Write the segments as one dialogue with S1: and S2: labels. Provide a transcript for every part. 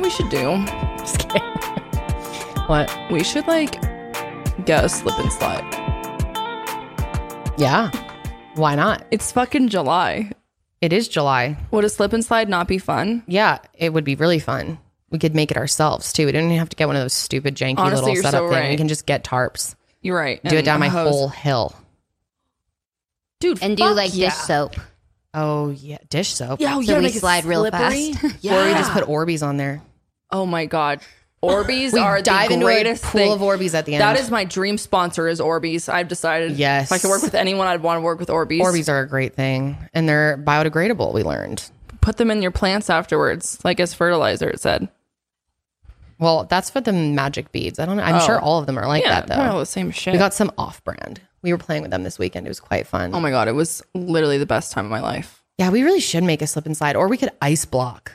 S1: we should do?
S2: Just kidding. what?
S1: We should like get a slip and slide.
S2: Yeah. Why not?
S1: It's fucking July.
S2: It is July.
S1: Would a slip and slide not be fun?
S2: Yeah, it would be really fun. We could make it ourselves too. We don't even have to get one of those stupid janky
S1: Honestly,
S2: little
S1: you're
S2: setup
S1: so
S2: thing. We
S1: right.
S2: can just get tarps.
S1: You're right.
S2: do it
S1: and
S2: down
S1: a
S2: my
S1: hose.
S2: whole hill.
S1: dude.
S3: And do
S1: fuck
S3: like
S1: yeah.
S3: dish soap.
S2: Oh yeah, dish soap.
S1: Yeah, oh,
S3: So
S1: yeah,
S3: we
S1: make it
S3: slide real
S1: slippery.
S3: fast.
S1: Yeah.
S2: Or we just put Orbeez on there.
S1: oh my god, Orbeez
S2: We
S1: are
S2: dive
S1: the
S2: into a pool
S1: greatest thing.
S2: of Orbeez at the end.
S1: that is my dream sponsor is Orbeez. I've decided.
S2: Yes.
S1: If I could work with anyone, I'd want to work with Orbeez.
S2: Orbeez are a great thing, and they're biodegradable. We learned.
S1: Put them in your plants afterwards, like as fertilizer. It said.
S2: Well, that's for the magic beads. I don't know. I'm sure all of them are like
S1: Yeah,
S2: that though.
S1: probably all the same shit.
S2: We got some off-brand. We were playing with them this weekend. It was quite fun.
S1: oh my god, it was literally the best time of my life.
S2: yeah, we really should make a slip and slide, or we could ice block.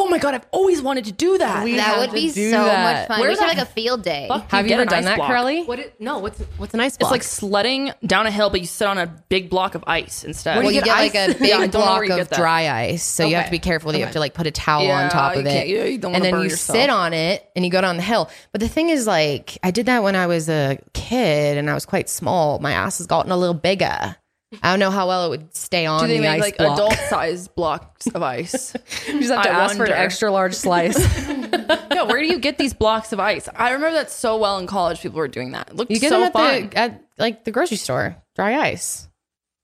S1: Oh my god, I've always wanted to do that.
S3: That would be so much fun.
S1: Where
S3: we should
S1: the
S3: have like a field day.
S1: fuck
S2: Have you
S1: get
S2: ever
S1: an
S2: done
S1: ice
S2: that,
S1: block?
S2: Carly? What? It, no. What's what's an ice
S1: It's
S2: block?
S1: like sledding down a hill, but you sit on a big block of ice instead.
S2: well, you
S1: Yeah,
S2: get, like a
S1: I don't
S2: big
S1: know where
S2: block
S1: you
S2: of
S1: get that.
S2: dry ice, so you have to
S1: Okay.
S2: be careful. You have to like put a towel
S1: Yeah,
S2: on top
S1: you
S2: of
S1: can't-
S2: it,
S1: yeah, you don't
S2: and
S1: wanna
S2: then
S1: burn
S2: you
S1: yourself.
S2: sit on it and you go down the hill. But the thing is, like, I did that when I was a kid and I was quite small. My ass has gotten a little bigger. I don't know how well it would stay on
S1: Do they
S2: the
S1: make
S2: ice
S1: like
S2: block.
S1: adult sized blocks of ice?
S2: you just have to
S1: I
S2: ask for an
S1: wonder.
S2: extra large slice.
S1: no, where do you get these blocks of ice? I remember that so well in college. People were doing that. It looked
S2: you get
S1: so
S2: them at
S1: fun.
S2: the at like the grocery store, dry ice.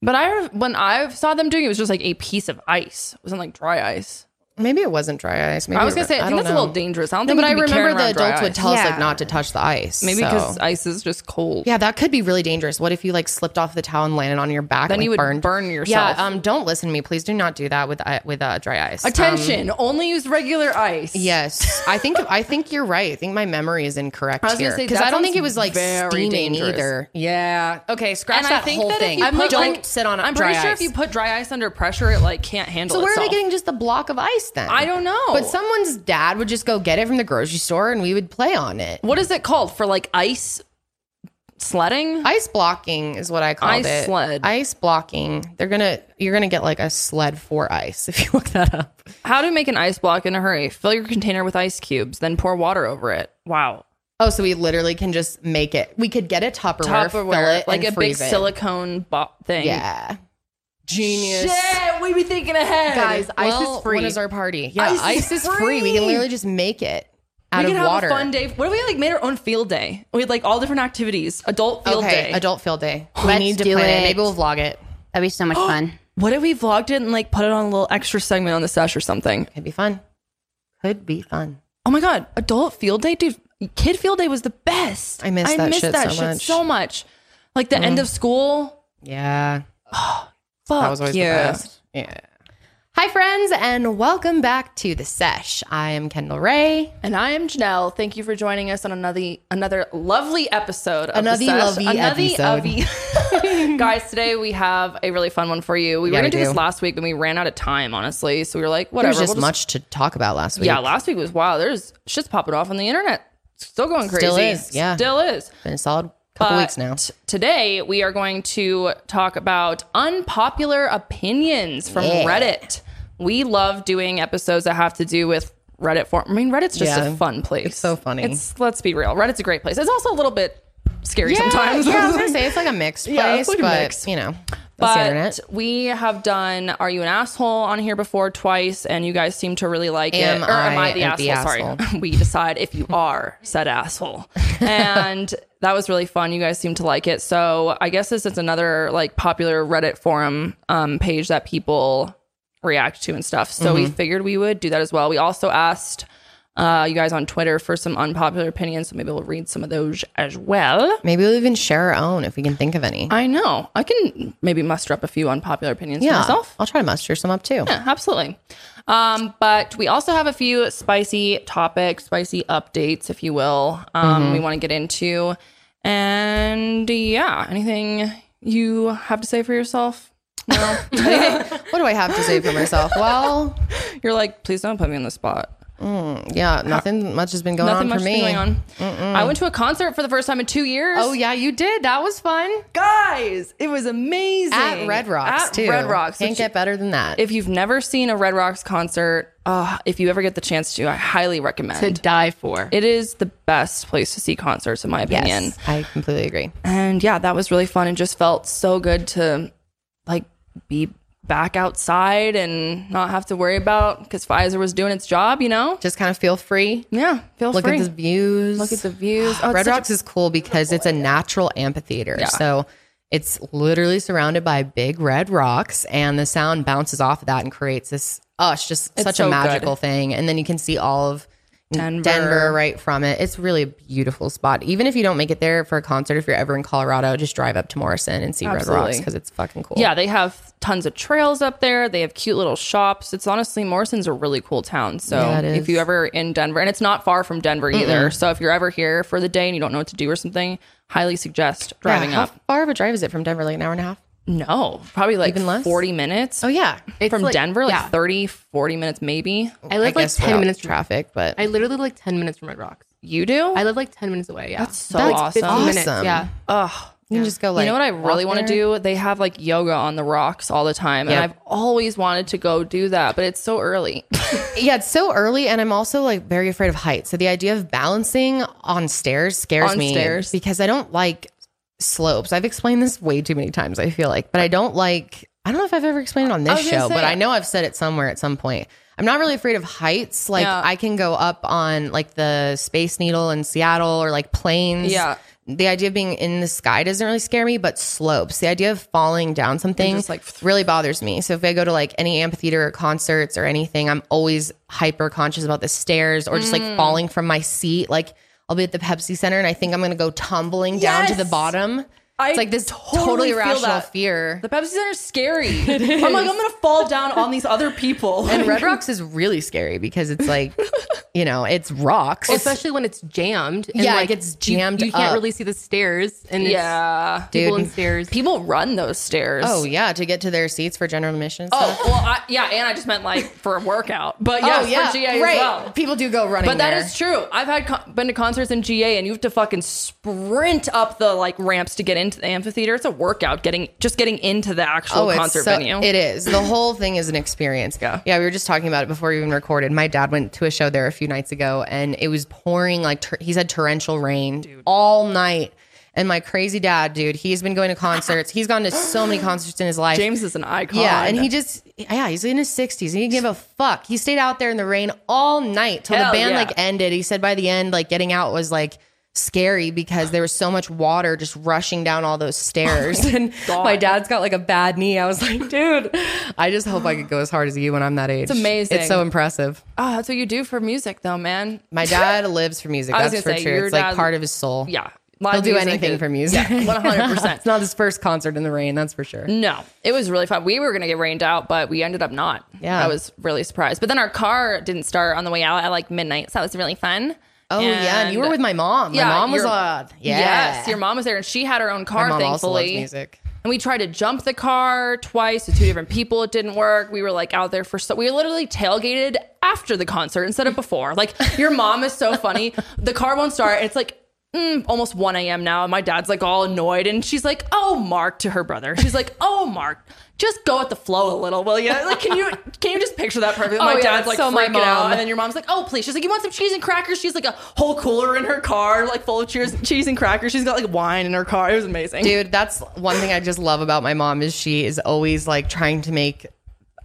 S1: but I re- when I saw them doing it, it was just like a piece of ice. It wasn't like dry ice.
S2: Maybe it wasn't dry ice. Maybe
S1: I was gonna
S2: it-
S1: say I, think
S2: don't
S1: that's a
S2: know.
S1: little dangerous. I don't
S2: No,
S1: think.
S2: but I
S1: you can be
S2: remember
S1: carrying
S2: the
S1: around dry
S2: adults would
S1: ice.
S2: tell us like
S3: Yeah.
S2: not to touch the ice.
S1: Maybe uh,
S2: so-
S1: because ice is just cold.
S2: Yeah, that could be really dangerous. What if you like slipped off the towel and landed on your back?
S1: Then
S2: and,
S1: you
S2: like,
S1: would
S2: burned?
S1: burn yourself.
S2: Yeah. Um. Don't listen to me. Please do not do that with uh, with uh, dry ice. Um,
S1: Attention! only use regular ice.
S2: yes, I think I think you're right. I think my memory is incorrect
S1: I was gonna
S2: here
S1: say,
S2: because
S1: that
S2: I don't think
S1: sounds
S2: it was like
S1: very
S2: steaming
S1: dangerous.
S2: either. Yeah. Okay.
S1: And
S2: Scratch that
S1: I think
S2: whole
S1: that
S2: thing.
S1: if you put,
S2: don't
S1: like-
S2: sit on.
S1: I'm
S2: dry
S1: pretty sure
S2: ice.
S1: if you put dry ice under pressure, it like can't handle.
S2: So where
S1: itself.
S2: are they getting just the block of ice then?
S1: I don't know.
S2: But someone's dad would just go get it from the grocery store and we would play on it.
S1: What is it called for like ice sledding?
S2: Ice blocking is what I called
S1: Ice
S2: it.
S1: sled.
S2: Ice blocking. They're gonna you're gonna get like a sled for ice if you look that up.
S1: How to make an ice block in a hurry? Fill your container with ice cubes, then pour water over it. Wow,
S2: Oh, so we literally can just make it. We could get a Tupperware, fill
S1: Tupperware,
S2: it,
S1: like
S2: and
S1: a big
S2: freeze it.
S1: silicone bo- thing.
S2: Yeah, genius.
S1: Shit, we be thinking ahead,
S3: Guys, ice
S2: Well,
S3: is free.
S2: When is our party? Yeah, ice,
S1: Ice
S2: is
S1: is
S2: free. We can
S1: free.
S2: literally just make it out
S1: we
S2: of
S1: could have
S2: water.
S1: a fun day. What if we like made our own field day? We had like all different activities. Adult field
S2: okay,
S1: day.
S2: adult field day. we
S3: Let's
S2: need to
S3: do
S2: plan it.
S3: it.
S2: Maybe we'll vlog it.
S3: That'd be so much fun.
S1: what if we vlogged it and like put it on a little extra segment on the sesh or something?
S2: Could be fun. Could be fun.
S1: Oh my god, adult field day, dude. Kid field day was the best.
S2: I miss that shit so much.
S1: so much. Like the end of school.
S2: Yeah.
S1: Fuck
S2: That was always
S1: yeah.
S2: the best. Yeah. Hi, friends, and welcome back to the sesh. I am Kendall Ray.
S1: And I am Janelle. Thank you for joining us on another another lovely episode. Of
S2: Another
S1: the Sesh.
S2: lovely
S1: lovely- Guys, today we have a really fun one for you. We
S2: Yeah,
S1: were
S2: we
S1: gonna do,
S2: do.
S1: this last week, and we ran out of time, honestly. So we were like,
S2: There
S1: whatever.
S2: was just
S1: we'll
S2: much to talk about last week.
S1: yeah, last week was wow. There's shit's popping off on the internet. Still going crazy.
S2: Still is, yeah.
S1: Still is.
S2: been a solid couple
S1: But
S2: weeks now.
S1: Today we are going to talk about unpopular opinions from
S2: Yeah.
S1: Reddit. We love doing episodes that have to do with Reddit form. I mean, Reddit's just
S2: Yeah.
S1: a fun place. It's
S2: so funny.
S1: It's let's be real. Reddit's a great place. It's also a little bit scary sometimes.
S2: yeah, I was gonna say it's like a mixed place,
S1: Yeah, it's like a
S2: but
S1: mix.
S2: you know, that's
S1: But
S2: the internet.
S1: we have done "Are You an Asshole" on here before twice, and you guys seem to really like
S2: Am
S1: it. Or am
S2: I
S1: I the
S2: an-
S1: asshole?
S2: the
S1: Sorry, we decide if you are said asshole, and that was really fun. You guys seem to like it, so I guess this is another like popular Reddit forum um, page that people react to and stuff. So
S2: Mm-hmm.
S1: we figured we would do that as well. We also asked. Uh, you guys on Twitter for some unpopular opinions, so maybe we'll read some of those as well.
S2: Maybe we'll even share our own if we can think of any.
S1: I know I can maybe muster up a few unpopular opinions for
S2: yeah,
S1: myself.
S2: I'll try to muster some up too.
S1: Yeah, absolutely. Um, but we also have a few spicy topics, spicy updates, if you will, um, we want to get into. And yeah, anything you have to say for yourself?
S2: what do I have to say for myself? Well,
S1: You're like, please don't put me on the spot.
S2: Yeah, nothing much has been going
S1: Nothing
S2: on
S1: much
S2: for
S1: is
S2: me.
S1: going on. I went to a concert for the first time in two years.
S2: Oh yeah, you did. That was fun
S1: guys, it was amazing
S2: at Red Rocks
S1: At
S2: too.
S1: Red Rocks.
S2: can't
S1: which-
S2: get better than that.
S1: if you've never seen a Red Rocks concert, uh, if you ever get the chance to, I highly
S4: to
S1: recommend.
S4: die for.
S1: It is the best place to see concerts, in my opinion.
S2: yes, I completely agree.
S1: And yeah, that was really fun and just felt so good to like be back outside and not have to worry about because Pfizer was doing its job, you know?
S2: Just kind of feel free.
S1: Yeah, feel
S2: Look
S1: free.
S2: at the views.
S1: Look at the views. Oh, it's
S2: Red
S1: such a-
S2: Rocks is cool because it's a natural amphitheater. So it's literally surrounded by big red rocks, and the sound bounces off of that and creates this ush, just such
S1: so
S2: a
S1: good.
S2: magical thing. And then you can see all of
S1: Denver.
S2: Denver. right from it. It's really a beautiful spot. Even if you don't make it there for a concert, if you're ever in Colorado, just drive up to Morrison and see Red Rocks
S1: Absolutely.
S2: because it's fucking cool.
S1: Yeah, they have tons of trails up there. They have cute little shops. It's honestly Morrison's a really cool town. So
S2: Yeah, it
S1: if
S2: is.
S1: you ever in Denver, and it's not far from Denver either. So if you're ever here for the day and you don't know what to do or something, highly suggest
S2: Yeah,
S1: driving
S2: how
S1: up.
S2: far of a drive is it from Denver? Like an hour and a half?
S1: No, probably like
S2: Even less?
S1: 40 minutes.
S2: Oh, yeah.
S4: It's
S1: From
S4: like-
S1: Denver, like
S4: yeah.
S1: 30, 40 minutes maybe.
S4: I live like
S2: guess
S4: ten
S2: without
S4: minutes.
S2: traffic, but
S4: I literally live like ten minutes from Red Rocks.
S1: You do?
S4: I live like ten minutes away. Yeah, that's
S1: so awesome.
S4: 15 minutes.
S2: Awesome.
S4: Yeah,
S2: you can just go like.
S1: you know what I
S2: walk
S1: really want to
S2: there.
S1: do? They have like yoga on the rocks all the time. And
S2: Yep.
S1: I've always wanted to go do that, but it's so early.
S2: Yeah, it's so early, and I'm also like very afraid of heights. So the idea of balancing on stairs scares
S1: On
S2: me
S1: stairs.
S2: because I don't like slopes. I've explained this way too many times. I feel like, but I don't like. I don't know if I've ever explained it on this
S1: was gonna
S2: show,
S1: say-
S2: but I know I've said it somewhere at some point. I'm not really afraid of heights. Like
S1: Yeah.
S2: I can go up on like the Space Needle in Seattle or like planes.
S1: Yeah.
S2: The idea of being in the sky doesn't really scare me, but slopes, the idea of falling down something
S1: just, like,
S2: really bothers me. So if I go to like any amphitheater or concerts or anything, I'm always hyper conscious about the stairs or just
S1: Mm.
S2: like falling from my seat. Like I'll be at the Pepsi Center and I think I'm gonna go tumbling down to the
S1: Yes!
S2: bottom.
S1: I
S2: it's like this
S1: totally
S2: totally,
S1: feel
S2: irrational
S1: that.
S2: fear.
S1: The Pepsi Center's scary. I'm like, I'm gonna fall down on these other people.
S2: and Red Rocks is really scary because it's like, you know, it's rocks.
S4: Oh, especially when it's jammed. and,
S2: Yeah, it gets
S4: you-
S2: jammed
S4: You, can't
S2: up.
S4: really see the stairs, and yeah,
S1: yeah,
S4: it's people
S2: Dude.
S4: in stairs.
S1: people run those stairs.
S2: oh yeah, to get to their seats for general admission. and
S1: Oh,
S2: stuff.
S1: well, I, yeah, and I just meant like for a workout, but yeah, for GA as well.
S2: Oh, People do go running.
S1: But that
S2: there.
S1: is true. I've had con- been to concerts in GA, and you have to fucking sprint up the like ramps to get into the amphitheater. It's a workout getting just getting into the actual
S2: Oh, it's
S1: concert
S2: so-
S1: venue.
S2: It is. The whole thing is an experience.
S1: Yeah.
S2: Yeah, we were just talking about it before we even recorded. My dad went to a show there a few nights ago and it was pouring like ter- he said torrential rain all night. And my crazy dad, dude, he's been going to concerts. He's gone to so many concerts in his life.
S1: James is an icon.
S2: yeah, and he just yeah, he's in his 60s. He didn't give a fuck. He stayed out there in the rain all night till
S1: Hell
S2: the band
S1: yeah.
S2: like ended. He said by the end like getting out was like scary because there was so much water just rushing down all those
S1: Oh
S2: stairs and my dad's got like a bad knee. I was like, dude, I just hope I could go as hard as you when I'm that age. It's
S1: amazing.
S2: It's so impressive.
S1: oh, that's what you do for music, though, man.
S2: My dad lives for music.
S1: I was
S2: That's for
S1: gonna say,
S2: sure.
S1: your
S2: It's like
S1: dad-
S2: part of his soul.
S1: Yeah,
S2: He'll
S1: Live
S2: do
S1: music
S2: anything
S1: is-
S2: for music.
S1: One hundred percent.
S2: it's not his first concert in the rain, that's for sure.
S1: No, it was really fun. We were going to get rained out, but we ended up not.
S2: Yeah.
S1: I was really surprised. But then our car didn't start on the way out at like midnight. So that was really fun.
S2: Oh yeah, and you were with my mom. My mom was
S1: your-
S2: on. Yeah.
S1: Yes, your mom was there and she had her own car,
S2: My mom also
S1: thankfully.
S2: loves music.
S1: And we tried to jump the car twice with two different people. It didn't work. We were like out there for so we literally tailgated after the concert instead of before. Like your mom is so funny. The car won't start. It's like mm, almost 1 a.m. now. And my dad's like all annoyed. And she's like, oh, Mark to her brother. She's like, oh, Mark, just go with the flow a little, will you? Like, can you can you just picture that perfectly? my
S4: Oh, yeah,
S1: dad's
S4: that's
S1: like
S4: so my
S1: freaking out.
S4: mom.
S1: And then your mom's like, oh, please. She's like, you want some cheese and crackers? She's like a whole cooler in her car, like full of cheers, cheese and crackers. She's got like wine in her car. It was amazing.
S2: Dude, that's one thing I just love about my mom is she is always like trying to make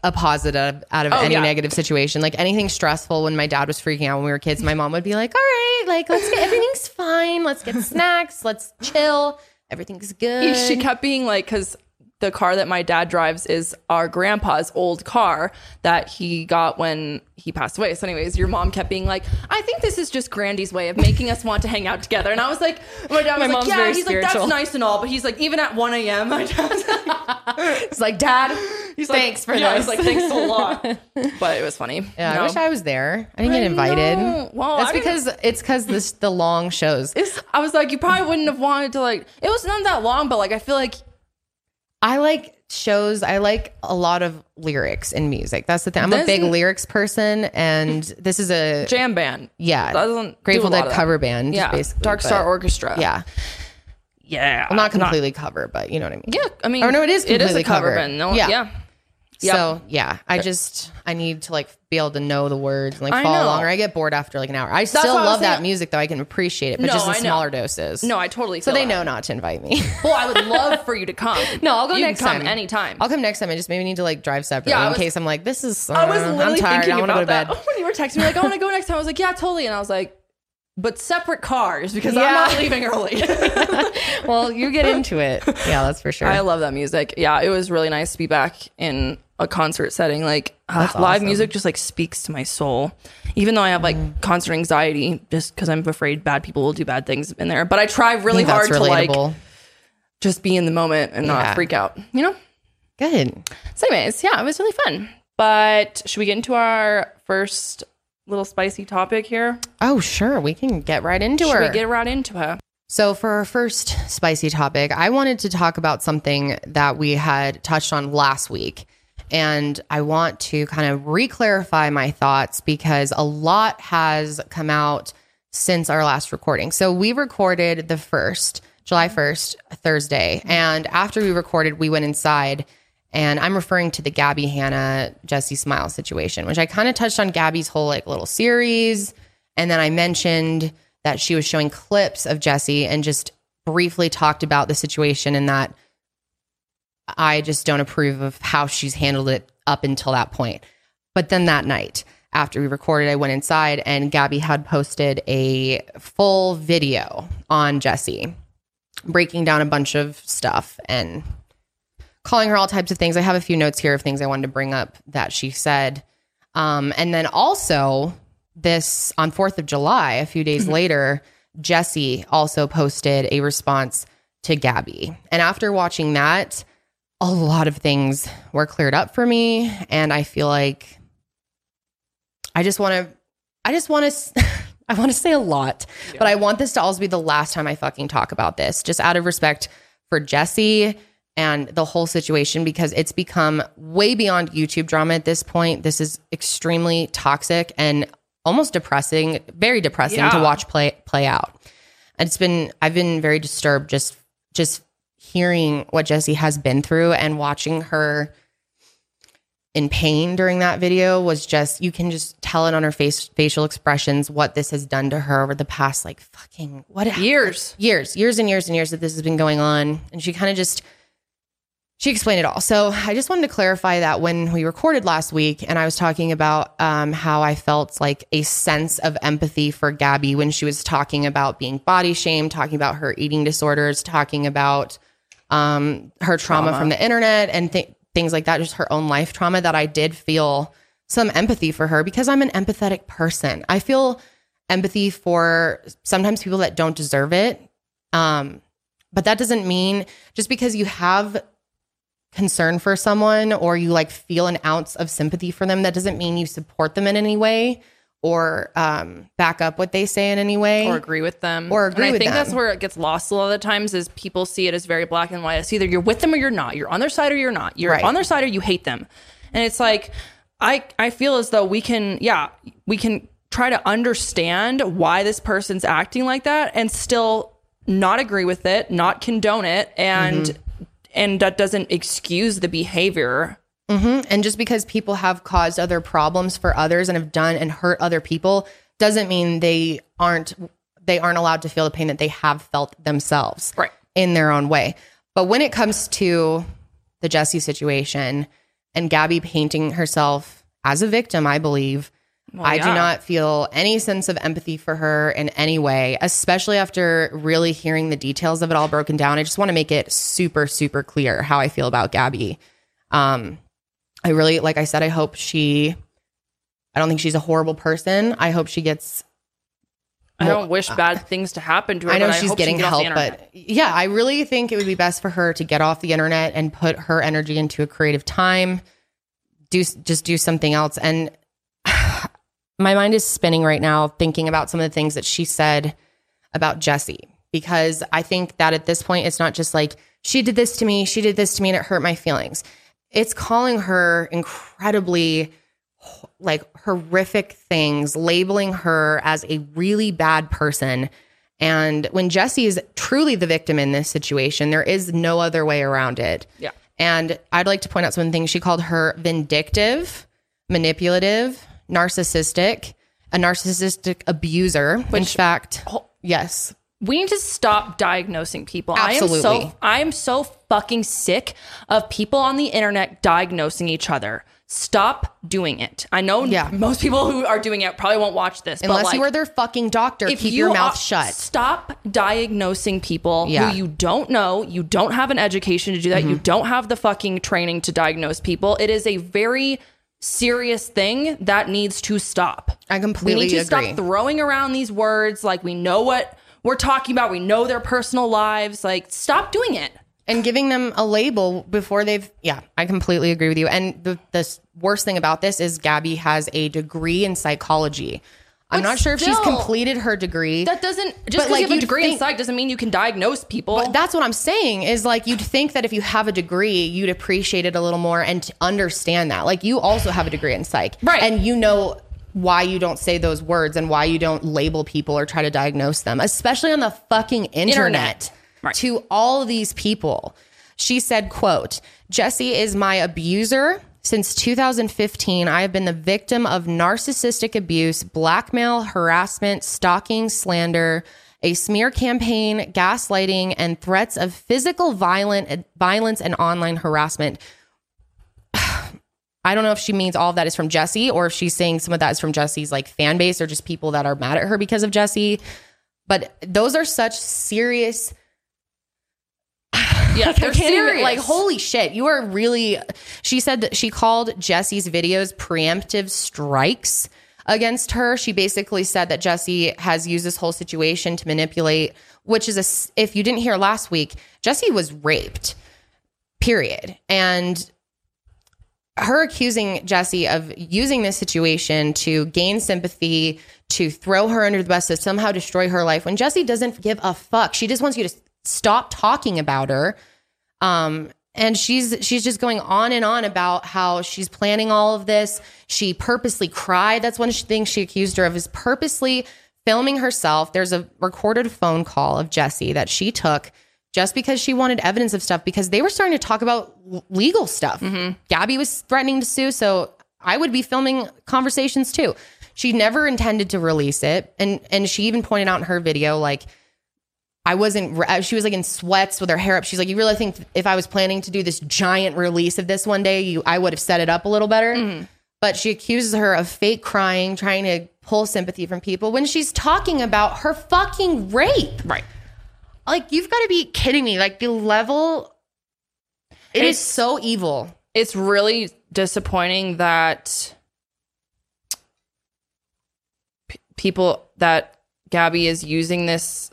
S2: a positive out of any
S1: Oh, yeah.
S2: negative situation. Like anything stressful when my dad was freaking out when we were kids, my mom would be like, "All right, like let's get everything's fine. Let's get snacks. Let's chill. Everything's good."
S1: she kept being like because the car that my dad drives is our grandpa's old car that he got when he passed away. So, anyways, your mom kept being like, "I think this is just Grandy's way of making us want to hang out together." And I was like, "My dad was like,
S4: mom's
S1: yeah."
S4: very
S1: He's like,
S4: spiritual.
S1: "That's nice and all," but he's like, "Even at one a.m., my dad's
S2: It's like, "Dad, thanks for
S1: yeah."
S2: that."
S1: He's like, "Thanks a lot," but it was funny.
S2: Yeah, I wish I was there. I didn't get invited.
S1: know. Well,
S2: That's
S1: I didn't-
S2: because it's because this the long shows.
S1: I was like, you probably wouldn't have wanted to like. It was not that long, but like, I feel like
S2: I like shows. I like a lot of lyrics in music. That's the thing. I'm a big
S1: Doesn't-
S2: lyrics person, and this is a
S1: Jam band.
S2: yeah
S1: doesn't do
S2: Grateful
S1: a lot of
S2: Dead
S1: that.
S2: cover band.
S1: Yeah.
S2: basically,
S1: Dark
S2: but-
S1: Star Orchestra.
S2: Yeah,
S1: Yeah.
S2: well, not completely cover, but you know what I mean.
S1: yeah. I mean,
S2: Or no, it is
S1: It is
S2: completely
S1: a cover
S2: covered.
S1: band. No,
S2: Yeah.
S1: yeah.
S2: So yeah, I just I need to like be able to know the words and like
S1: I
S2: follow
S1: know.
S2: along. Or I get bored after like an hour. I still
S1: what I was
S2: love that
S1: saying.
S2: music though. I can appreciate it, but
S1: No,
S2: just in
S1: I know.
S2: smaller doses.
S1: No, I totally.
S2: so
S1: feel
S2: they
S1: that.
S2: know not to invite me.
S1: Well, I would love for you to come.
S2: no, I'll go
S1: You can
S2: next
S1: come
S2: time.
S1: anytime.
S2: I'll come next time. I just maybe need to like drive separately
S1: Yeah, I
S2: in
S1: was-
S2: case I'm like this is.
S1: I was
S2: uh,
S1: literally
S2: I'm tired.
S1: thinking
S2: I want to
S1: about
S2: go to
S1: that
S2: bed.
S1: when you were texting me, like, I want to go next time. I was like, yeah, totally. And I was like, but separate cars because I'm
S2: Yeah.
S1: not leaving early.
S2: well, you get into it. Yeah, that's for sure.
S1: I love that music. Yeah, it was really nice to be back in a concert setting. Like ah, live music just like speaks to my soul. Even though I have like concert anxiety just because I'm afraid bad people will do bad things in there. But I try really
S2: That's
S1: hard to like
S2: relatable.
S1: just be in the moment and
S2: Yeah.
S1: not freak out. You know?
S2: Good.
S1: So, anyways, yeah, it was really fun. But should we get into our first little spicy topic here?
S2: Oh sure, we can get right into
S1: Should
S2: her.
S1: we get right into her?
S2: So, for our first spicy topic, I wanted to talk about something that we had touched on last week. And I want to kind of re clarify my thoughts because a lot has come out since our last recording. So, we recorded the first, July 1st, Thursday. And after we recorded, we went inside. And I'm referring to the Gabby Hannah Jesse Smile situation, which I kind of touched on Gabby's whole like little series. And then I mentioned that she was showing clips of Jesse and just briefly talked about the situation and that I just don't approve of how she's handled it up until that point. But then that night, after we recorded, I went inside and Gabby had posted a full video on Jesse, breaking down a bunch of stuff and calling her all types of things. I have a few notes here of things I wanted to bring up that she said. Um, and then also, this on 4th of July, a few days later, Jesse also posted a response to Gabby. And after watching that, a lot of things were cleared up for me. And I feel like I just want to, I just want to, I want to say a lot, but I want this to also be the last time I fucking talk about this, just out of respect for Jesse and the whole situation, because it's become way beyond YouTube drama at this point. This is extremely toxic and almost depressing, very depressing to
S1: Yeah.
S2: watch play play out. And it's been, I've been very disturbed just, just hearing what Jesse has been through and watching her in pain during that video was just you can just tell it on her face facial expressions what this has done to her over the past like fucking what
S1: Years.
S2: years years and years and years that this has been going on and she kind of just she explained it all so i just wanted to clarify that when we recorded last week and i was talking about um, how i felt like a sense of empathy for gabby when she was talking about being body shamed talking about her eating disorders talking about um, her trauma, from the internet and th- things like that, just her own life trauma, that I did feel some empathy for her because I'm an empathetic person. I feel empathy for sometimes people that don't deserve it. Um, but that doesn't mean just because you have concern for someone or you like feel an ounce of sympathy for them, that doesn't mean you support them in any way or um, back up what they say in any way.
S1: Or agree with them.
S2: Or agree
S1: and I
S2: with
S1: think that's
S2: them.
S1: where it gets lost a lot of the times is people see it as very black and white. It's either you're with them or you're not. You're on their side or you're not. You're
S2: Right.
S1: on their side or you hate them. And it's like I I feel as though we can yeah, we can try to understand why this person's acting like that and still not agree with it, not condone it and
S2: Mm-hmm.
S1: and that doesn't excuse the behavior
S2: Mm-hmm. And just because people have caused other problems for others and have done and hurt other people doesn't mean they aren't they aren't allowed to feel the pain that they have felt themselves
S1: Right.
S2: in their own way. But when it comes to the Jesse situation and Gabby painting herself as a victim, I believe I do
S1: yeah.
S2: not feel any sense of empathy for her in any way, especially after really hearing the details of it all broken down. I just want to make it super super clear how I feel about Gabby. Um I really, like I said, I hope she, I don't think she's a horrible person. I hope she gets,
S1: I don't wish bad things to happen to her.
S2: uh, I know
S1: but
S2: she's
S1: hope she
S2: getting
S1: can get off the
S2: help,
S1: internet.
S2: but yeah, I really think it would be best for her to get off the internet and put her energy into a creative time, do just do something else. And my mind is spinning right now thinking about some of the things that she said about Jesse because I think that at this point, it's not just like she did this to me, she did this to me, and it hurt my feelings. It's calling her incredibly ho- like horrific things, labeling her as a really bad person. And when Jesse is truly the victim in this situation, there is no other way around it.
S1: Yeah.
S2: And I'd like to point out some things she called her vindictive, manipulative, narcissistic, a narcissistic abuser. in fact, yes,
S1: we need to stop diagnosing people. I am
S2: Absolutely.
S1: so I am so fucking sick of people on the internet diagnosing each other. Stop doing it. I know
S2: Yeah.
S1: most people who are doing it probably won't watch this.
S2: unless
S1: but like,
S2: you were their fucking doctor,
S1: if
S2: keep
S1: you
S2: your mouth
S1: are-
S2: shut.
S1: Stop diagnosing people
S2: Yeah. Mm-hmm.
S1: who you don't know. You don't have an education to do that. You don't have the fucking training to diagnose people. It is a very serious thing that needs to stop.
S2: I completely
S1: We need to
S2: agree.
S1: stop throwing around these words like we know what we're talking about. We know their personal lives. Like stop doing it.
S2: and giving them a label before they've yeah i completely agree with you and the, the s- worst thing about this is gabby has a degree in psychology i'm
S1: But
S2: not sure if she's
S1: still-
S2: completed her degree
S1: That doesn't just because
S2: like,
S1: you have a
S2: you'd
S1: degree in
S2: think-
S1: psych doesn't mean you can diagnose people.
S2: but that's what i'm saying is like you'd think that if you have a degree you'd appreciate it a little more and to understand that like you also have a degree in psych
S1: Right.
S2: and you know why you don't say those words and why you don't label people or try to diagnose them especially on the fucking internet,
S1: Internet. Right.
S2: to all these people she said quote jesse is my abuser since 2015 i have been the victim of narcissistic abuse blackmail harassment stalking slander a smear campaign gaslighting and threats of physical violent violence and online harassment I don't know if she means all of that is from Jesse or if she's saying some of that is from Jesse's like fan base or just people that are mad at her because of Jesse. But those are such serious.
S1: yeah,
S2: I
S1: they're
S2: can't even-
S1: serious.
S2: like, holy shit, you are really. She said that she called Jesse's videos preemptive strikes against her. She basically said that Jesse has used this whole situation to manipulate, which is a. s- If you didn't hear last week, Jesse was raped, period. And her accusing Jesse of using this situation to gain sympathy, to throw her under the bus, to somehow destroy her life. When Jesse doesn't give a fuck, she just wants you to s- stop talking about her. Um, and she's she's just going on and on about how she's planning all of this. She purposely cried. That's one sh- thing she accused her of is purposely filming herself. There's a recorded phone call of Jesse that she took just because she wanted evidence of stuff because they were starting to talk about l- legal stuff. Gabby was threatening to sue, so I would be filming conversations too. She never intended to release it, and and she even pointed out in her video like I wasn't. re- She was like in sweats with her hair up. She's like, you really think if I was planning to do this giant release of this one day, you I would have set it up a little better. But she accuses her of fake crying, trying to pull sympathy from people when she's talking about her fucking rape.
S1: right.
S2: Like you've got to be kidding me! Like the level, it is so evil.
S1: it's really disappointing that p- people that Gabby is using this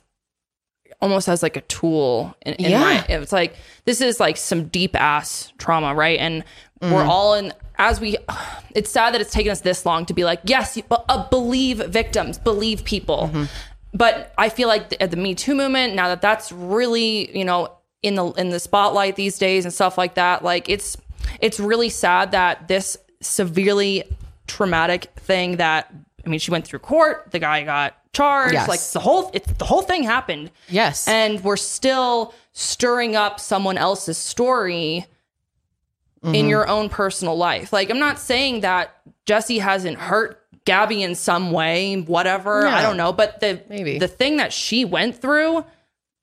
S1: almost as like a tool in, in
S2: Yeah.
S1: my it's like this is like some deep ass trauma right and we're
S2: Mm.
S1: all in as we it's sad that it's taken us this long to be like yes you, uh, believe victims believe people
S2: Mm-hmm.
S1: but i feel like the, the me too movement now that that's really you know in the in the spotlight these days and stuff like that like it's it's really sad that this severely traumatic thing that i mean she went through court the guy got charged
S2: Yes.
S1: like the whole it's the whole thing happened
S2: Yes.
S1: and we're still stirring up someone else's story
S2: Mm-hmm.
S1: in your own personal life. Like, I'm not saying that Jesse hasn't hurt Gabby in some way, whatever. I don't know, but the
S2: Maybe.
S1: the thing that she went through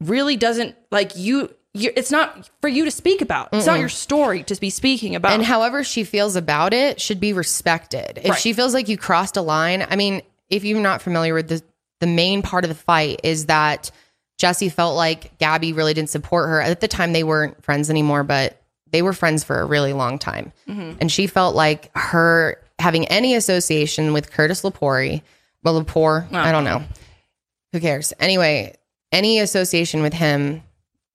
S1: really doesn't like you. you it's not for you to speak about. It's not your story to be speaking about.
S2: And however she feels about it should be respected. If
S1: Right.
S2: she feels like you crossed a line, I mean, if you're not familiar with the the main part of the fight is that Jesse felt like Gabby really didn't support her. At the time they weren't friends anymore, but they were friends for a really long time.
S1: Mm-hmm.
S2: And she felt like her having any association with Curtis Lepore, well Lepore,
S1: Oh.
S2: I don't know. Who cares? Anyway, any association with him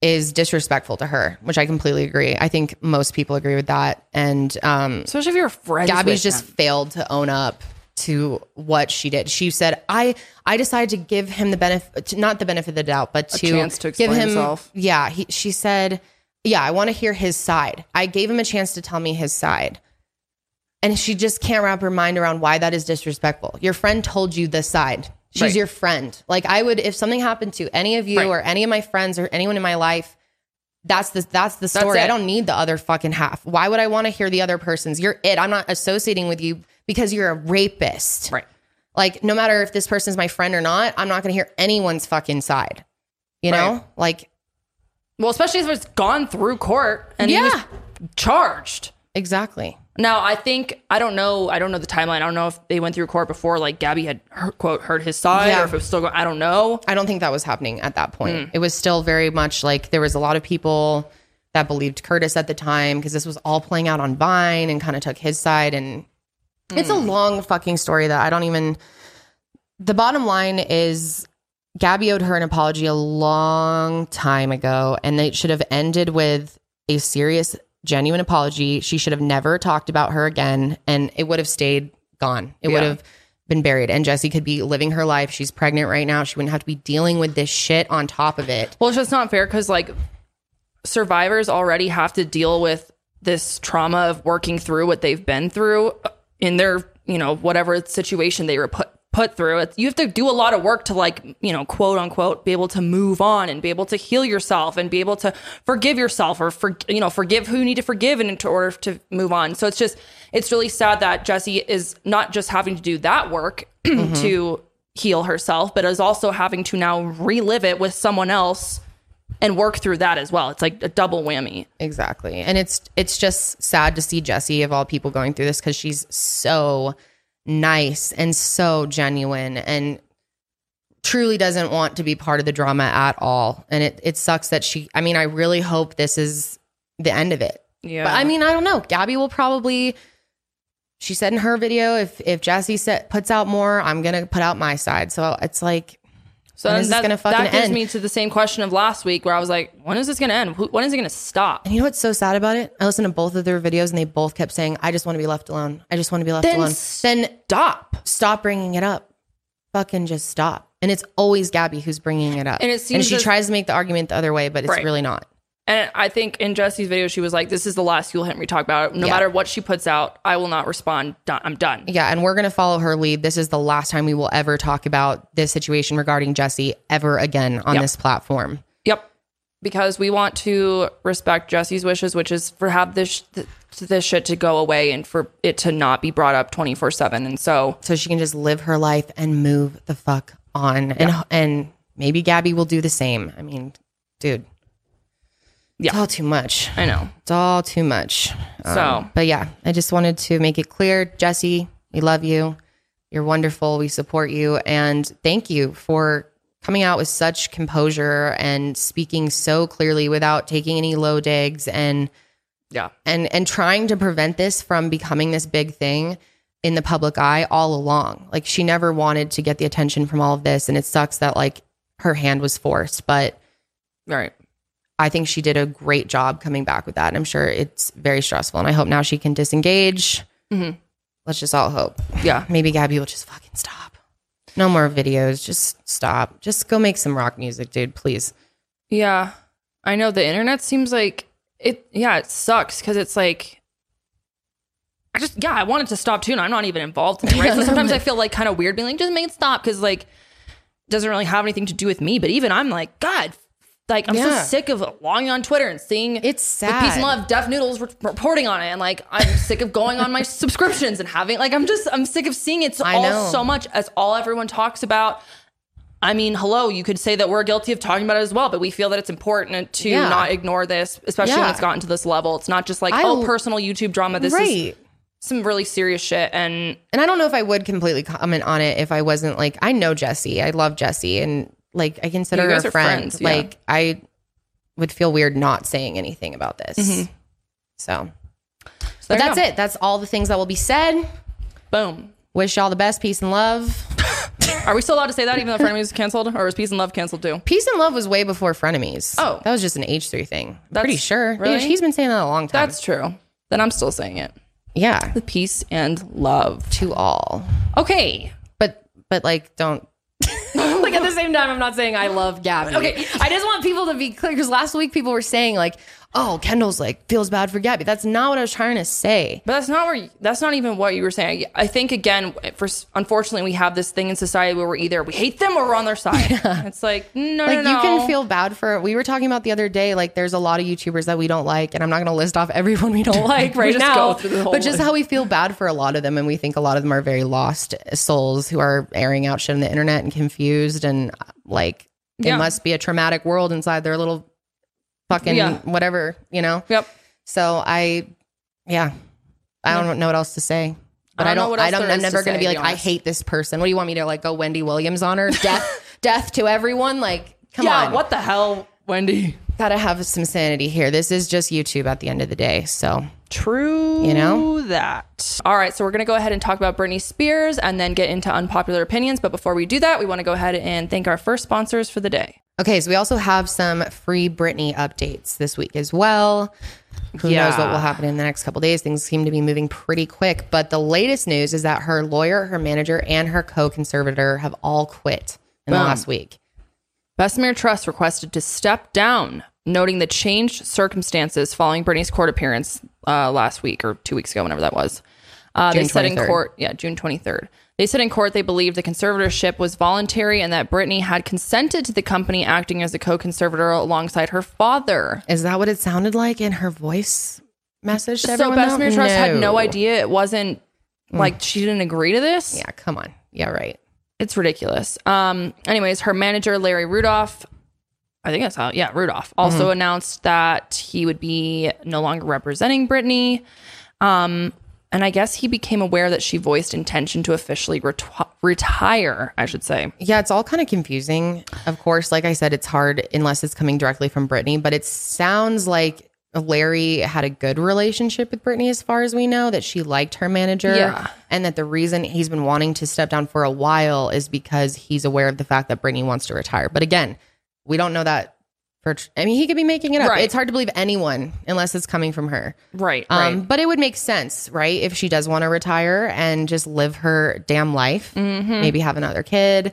S2: is disrespectful to her, which I completely agree. I think most people agree with that. And um,
S1: Especially if you're friends.
S2: Gabby's
S1: with
S2: just
S1: them.
S2: failed to own up to what she did. She said, "I I decided to give him the benefit, not the benefit of the doubt, but to,
S1: chance to explain
S2: give him
S1: himself.
S2: Yeah, he, she said, yeah, I want to hear his side. I gave him a chance to tell me his side. And she just can't wrap her mind around why that is disrespectful. Your friend told you this side. She's
S1: Right.
S2: your friend. Like I would if something happened to any of you
S1: Right.
S2: or any of my friends or anyone in my life, that's the that's the story.
S1: it.
S2: I don't need the other fucking half. Why would I want to hear the other person's? You're it. I'm not associating with you because you're a rapist.
S1: Right.
S2: Like no matter if this person's my friend or not, I'm not going to hear anyone's fucking side. You know? Like
S1: Well, especially if it's gone through court and he was
S2: Yeah.
S1: charged.
S2: exactly.
S1: Now, I think I don't know. I don't know the timeline. I don't know if they went through court before, like Gabby had her, quote heard his side,
S2: Yeah.
S1: or if it was still going. I don't know.
S2: I don't think that was happening at that point. It was still very much like there was a lot of people that believed Curtis at the time because this was all playing out on Vine and kind of took his side and it's a long fucking story that I don't even the bottom line is Gabby owed her an apology a long time ago and it should have ended with a serious genuine apology. She should have never talked about her again and it would have stayed gone. It would have been buried and Jessie could be living her life. She's pregnant right now. She wouldn't have to be dealing with this shit on top of it.
S1: Well, it's just not fair because like survivors already have to deal with this trauma of working through what they've been through in their you know whatever situation they were put put through. It's, you have to do a lot of work to like you know quote unquote be able to move on and be able to heal yourself and be able to forgive yourself or for you know forgive who you need to forgive in to- order to move on. So it's just it's really sad that Jesse is not just having to do that work to heal herself, but is also having to now relive it with someone else and work through that as well. It's like a double whammy.
S2: Exactly. And it's it's just sad to see Jessie of all people going through this cuz she's so nice and so genuine and truly doesn't want to be part of the drama at all. And it it sucks that she I mean I really hope this is the end of it.
S1: Yeah.
S2: But I mean, I don't know. Gabby will probably she said in her video if if Jessie set, puts out more, I'm going to put out my side. So it's like
S1: so
S2: when is this
S1: that,
S2: gonna fucking
S1: that gives
S2: end?
S1: me to the same question of last week where I was like, when is this going to end? Who- When is it going to stop?
S2: And you know what's so sad about it? I listened to both of their videos and they both kept saying, I just want to be left alone. I just want to be left
S1: Then
S2: alone. Then
S1: Stop.
S2: stop bringing it up. Fucking just stop. And it's always Gabby who's bringing it up.
S1: And it seems
S2: she
S1: as-
S2: tries to make the argument the other way, but it's
S1: Right.
S2: really not.
S1: And I think in Jesse's video, she was like, this is the last you'll hear me talk about it. No
S2: Yeah.
S1: matter what she puts out, I will not respond. Done. I'm done.
S2: Yeah. And we're going to follow her lead. This is the last time we will ever talk about this situation regarding Jesse ever again on
S1: Yep.
S2: this platform.
S1: Yep. Because we want to respect Jesse's wishes, which is for have this th- this shit to go away and for it to not be brought up 24/7. And so,
S2: So she can just live her life and move the fuck on. And, and maybe Gabby will do the same. I mean, dude.
S1: Yeah.
S2: It's all too much.
S1: I know.
S2: It's all too much. Um,
S1: So-
S2: but yeah, I just wanted to make it clear, Jesse, we love you. You're wonderful. We support you. And thank you for coming out with such composure and speaking so clearly without taking any low digs and
S1: Yeah.
S2: and and trying to prevent this from becoming this big thing in the public eye all along. Like she never wanted to get the attention from all of this. And it sucks that like her hand was forced, but
S1: All right.
S2: I think she did a great job coming back with that. And I'm sure it's very stressful. And I hope now she can disengage.
S1: Mm-hmm.
S2: Let's just all hope.
S1: Yeah.
S2: Maybe Gabby will just fucking stop. No more videos. Just stop. Just go make some rock music, dude, please.
S1: Yeah. I know the internet seems like it yeah, it sucks cuz it's like I just yeah, I wanted to stop too and I'm not even involved in it, right? So sometimes I feel like kind of weird being like just make it stop cuz like it doesn't really have anything to do with me, but even I'm like god like I'm
S2: Yeah.
S1: so sick of logging on Twitter and seeing
S2: It's
S1: with peace
S2: sad.
S1: and love Def Noodles re- reporting on it and like I'm sick of going on my subscriptions and having like I'm just I'm sick of seeing it so,
S2: I know.
S1: all so much as all everyone talks about I mean, hello, you could say that we're guilty of talking about it as well, but we feel that it's important to
S2: Yeah.
S1: not ignore this, especially
S2: Yeah.
S1: when it's gotten to this level. It's not just like,
S2: I-
S1: oh, personal YouTube drama. This is some really serious shit. And
S2: and I don't know if I would completely comment on it if I wasn't like I know Jesse, I love Jesse, and like I consider
S1: You
S2: her
S1: guys
S2: a
S1: are
S2: friend.
S1: friends, yeah.
S2: Like I would feel weird not saying anything about this.
S1: Mm-hmm.
S2: So,
S1: so
S2: but that's it. That's all the things that will be said.
S1: Boom.
S2: Wish y'all the best, peace and love.
S1: Are we still allowed to say that even though Frenemies is canceled? Or is Peace and Love canceled too?
S2: Peace and love was way before frenemies.
S1: Oh.
S2: that was just an H three thing. I'm
S1: That's-
S2: pretty sure.
S1: really?
S2: Yeah, he's been saying that a long time.
S1: That's true. Then I'm still saying it.
S2: yeah,
S1: Peace and love.
S2: to all.
S1: Okay.
S2: But but like don't. like at the same time, I'm not saying I love Gabby.
S1: Okay.
S2: I just want people to be clear because last week people were saying like, oh, Kendall's like feels bad for Gabby. That's not what I was trying to say.
S1: But that's not where. you- That's not even what you were saying. I think again, for unfortunately, we have this thing in society where we're either we hate them or we're on their side. It's like "Mm, no,
S2: Like
S1: no, no.
S2: you can feel bad for it. We were talking about the other day, like there's a lot of YouTubers that we don't like, and I'm not going to list off everyone we don't like right
S1: just
S2: now.
S1: go through the whole
S2: but just
S1: list.
S2: how we feel bad for a lot of them, and we think a lot of them are very lost souls who are airing out shit on the internet and confused, and uh, like
S1: Yeah.
S2: it must be a traumatic world inside their little fucking
S1: Yeah.
S2: whatever, you know.
S1: Yep.
S2: So I, yeah, I don't know what else to say. But I
S1: don't know
S2: don't.
S1: what
S2: I
S1: else
S2: don't.
S1: there
S2: I'm
S1: is to
S2: never going
S1: say,
S2: to be
S1: to be
S2: like, I
S1: honest.
S2: hate this person. What do you want me to like go Wendy Williams on her? Death, death to everyone. Like, come
S1: yeah.
S2: on.
S1: What the hell, Wendy?
S2: Gotta have some sanity here. This is just YouTube at the end of the day. So
S1: True.
S2: You know?
S1: that. All right, so we're going to go ahead and talk about Britney Spears and then get into unpopular opinions. But before we do that, we want to go ahead and thank our first sponsors for the day.
S2: okay. So we also have some free Britney updates this week as well. Who knows what will happen in the next couple days? Things seem to be moving pretty quick. But the latest news is that her lawyer, her manager, and her co-conservator have all quit in the last week.
S1: Bessemer Trust requested to step down, noting the changed circumstances following Britney's court appearance uh, last week or two weeks ago, whenever that was. Uh, they
S2: June
S1: said in
S2: 23rd.
S1: court, yeah, June 23rd. They said in court they believed the conservatorship was voluntary and that Britney had consented to the company acting as a co conservator alongside her father.
S2: Is that what it sounded like in her voice message? To
S1: So
S2: everyone, though? Mm.
S1: Bessemer Trust had no idea it wasn't like she didn't agree to this.
S2: Yeah, come on. Yeah, right.
S1: It's ridiculous. Um, anyways, her manager, Larry Rudolph, I think that's how, yeah, Rudolph, also
S2: Mm-hmm.
S1: announced that he would be no longer representing Britney. Um, and I guess he became aware that she voiced intention to officially reti- retire, I should say.
S2: Yeah, it's all kind of confusing. Of course, like I said, it's hard unless it's coming directly from Brittany, but it sounds like Larry had a good relationship with Brittany as far as we know, that she liked her manager.
S1: Yeah.
S2: And that the reason he's been wanting to step down for a while is because he's aware of the fact that Brittany wants to retire. But again, we don't know that for tr- I mean, he could be making it up.
S1: Right.
S2: It's hard to believe anyone unless it's coming from her.
S1: Right,
S2: Um, but it would make sense, right? If she does want to retire and just live her damn life, maybe have another kid.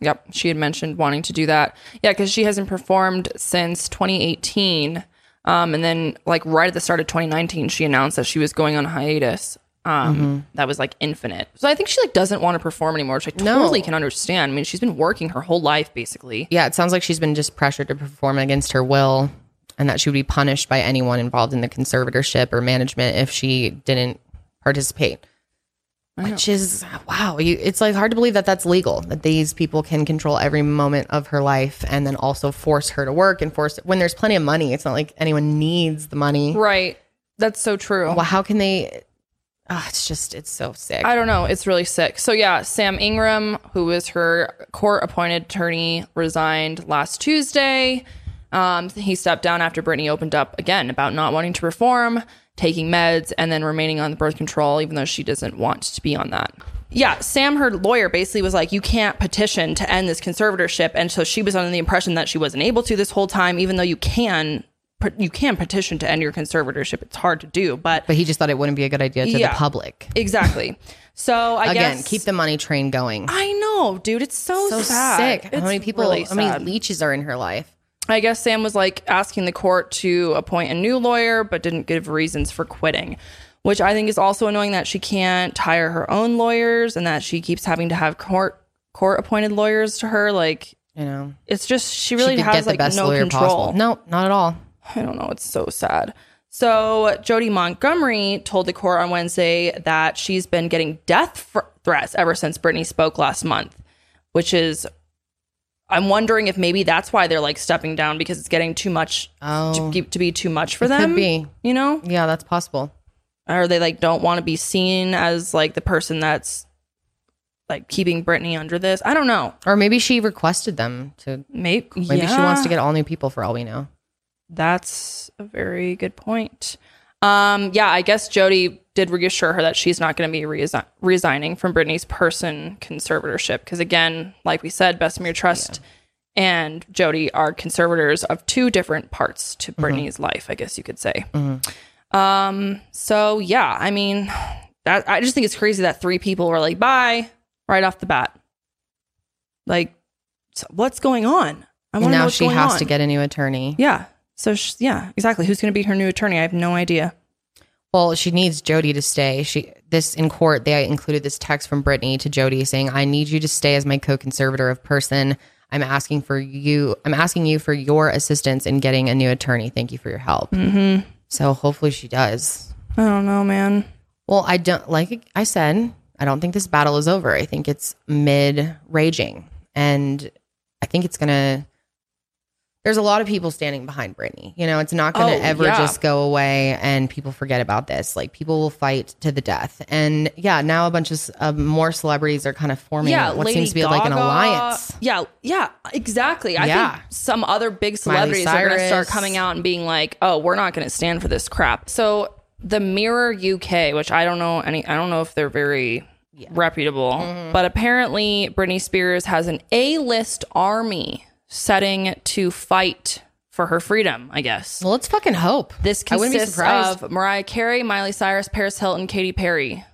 S1: Yep, she had mentioned wanting to do that. Yeah, because she hasn't performed since 2018, um, and then like right at the start of 2019, she announced that she was going on hiatus. Um, that was like infinite. So I think she like doesn't want to perform anymore, which I totally can understand. I mean, she's been working her whole life basically.
S2: Yeah, it sounds like she's been just pressured to perform against her will and that she would be punished by anyone involved in the conservatorship or management if she didn't participate. Which is wow, you, it's like hard to believe that that's legal that these people can control every moment of her life and then also force her to work and force when there's plenty of money. It's not like anyone needs the money.
S1: Right, that's so true.
S2: Well, how can they? ah, it's just it's so sick.
S1: I don't know. It's really sick. So yeah, Sam Ingram, who was her court-appointed attorney, resigned last Tuesday. Um, he stepped down after Brittany opened up again about not wanting to perform, taking meds, and then remaining on the birth control, even though she doesn't want to be on that. Yeah, Sam, her lawyer, basically was like, "You can't petition to end this conservatorship," and so she was under the impression that she wasn't able to this whole time, even though you can. You can petition to end your conservatorship. It's hard to do, but
S2: But he just thought it wouldn't be a good idea to
S1: Yeah.
S2: the public.
S1: exactly. So I
S2: Again,
S1: guess
S2: keep the money train going.
S1: I know, dude. It's so,
S2: so
S1: sad.
S2: sick.
S1: It's
S2: how many people?
S1: really
S2: how many
S1: sad.
S2: leeches are in her life?
S1: I guess Sam was like asking the court to appoint a new lawyer, but didn't give reasons for quitting, which I think is also annoying that she can't hire her own lawyers and that she keeps having to have court court appointed lawyers to her. Like
S2: You know,
S1: it's just she
S2: she
S1: really
S2: could
S1: has
S2: get the
S1: like
S2: best
S1: no
S2: lawyer
S1: control.
S2: possible. No, not at all.
S1: I don't know. It's so sad. So Jody Montgomery told the court on Wednesday that she's been getting death fr- threats ever since Britney spoke last month, which is. I'm wondering if maybe that's why they're like stepping down because it's getting too much to,
S2: Oh.
S1: keep- to be too much for
S2: It could
S1: them.
S2: be.
S1: you know,
S2: Yeah, that's possible.
S1: or they like don't want to be seen as like the person that's like keeping Britney under this. I don't know.
S2: Or maybe she requested them to.
S1: Maybe
S2: Maybe she wants
S1: yeah.
S2: to get all new people for all we know.
S1: That's a very good point. Um, yeah, I guess Jody did reassure her that she's not going to be reasi- resigning from Britney's person conservatorship because, again, like we said, Bessemer Trust and Jody are conservators of two different parts to
S2: Mm-hmm.
S1: Britney's life. I guess you could say. Um, so yeah, I mean, that I just think it's crazy that three people were like, "Bye," right off the bat. Like, so what's going on? I wanna know
S2: Now
S1: what's
S2: she
S1: going
S2: has
S1: on.
S2: to get a new attorney.
S1: Yeah. So sh yeah, exactly. Who's going to be her new attorney? I have no idea.
S2: Well, she needs Jody to stay. She this in court they included this text from Brittany to Jody saying, "I need you to stay as my co-conservator of person. I'm asking for you. I'm asking you for your assistance in getting a new attorney. Thank you for your help." Mm-hmm. So hopefully she does.
S1: I don't know, man.
S2: Well, I don't like I said. I don't think this battle is over. I think it's mid raging, and I think it's gonna. There's a lot of people standing behind Brittany. You know, it's not gonna
S1: Oh,
S2: ever
S1: yeah.
S2: just go away, and people forget about this. Like people will fight to the death, and yeah, now a bunch of s- uh, more celebrities are kind of forming
S1: yeah,
S2: what
S1: Lady
S2: seems to be like an
S1: Gaga.
S2: alliance.
S1: Yeah, yeah, exactly. I
S2: Yeah.
S1: think some other big celebrities are going to start
S2: Cyrus.
S1: coming out and being like, "Oh, we're not going to stand for this crap." So the Mirror UK, which I don't know any, I don't know if they're very reputable,
S2: Mm-hmm.
S1: but apparently Britney Spears has an A-list army setting to fight for her freedom. I guess.
S2: Well, let's fucking hope
S1: This
S2: I wouldn't be
S1: consists
S2: surprised.
S1: of Mariah Carey, Miley Cyrus, Paris Hilton, Katy Perry.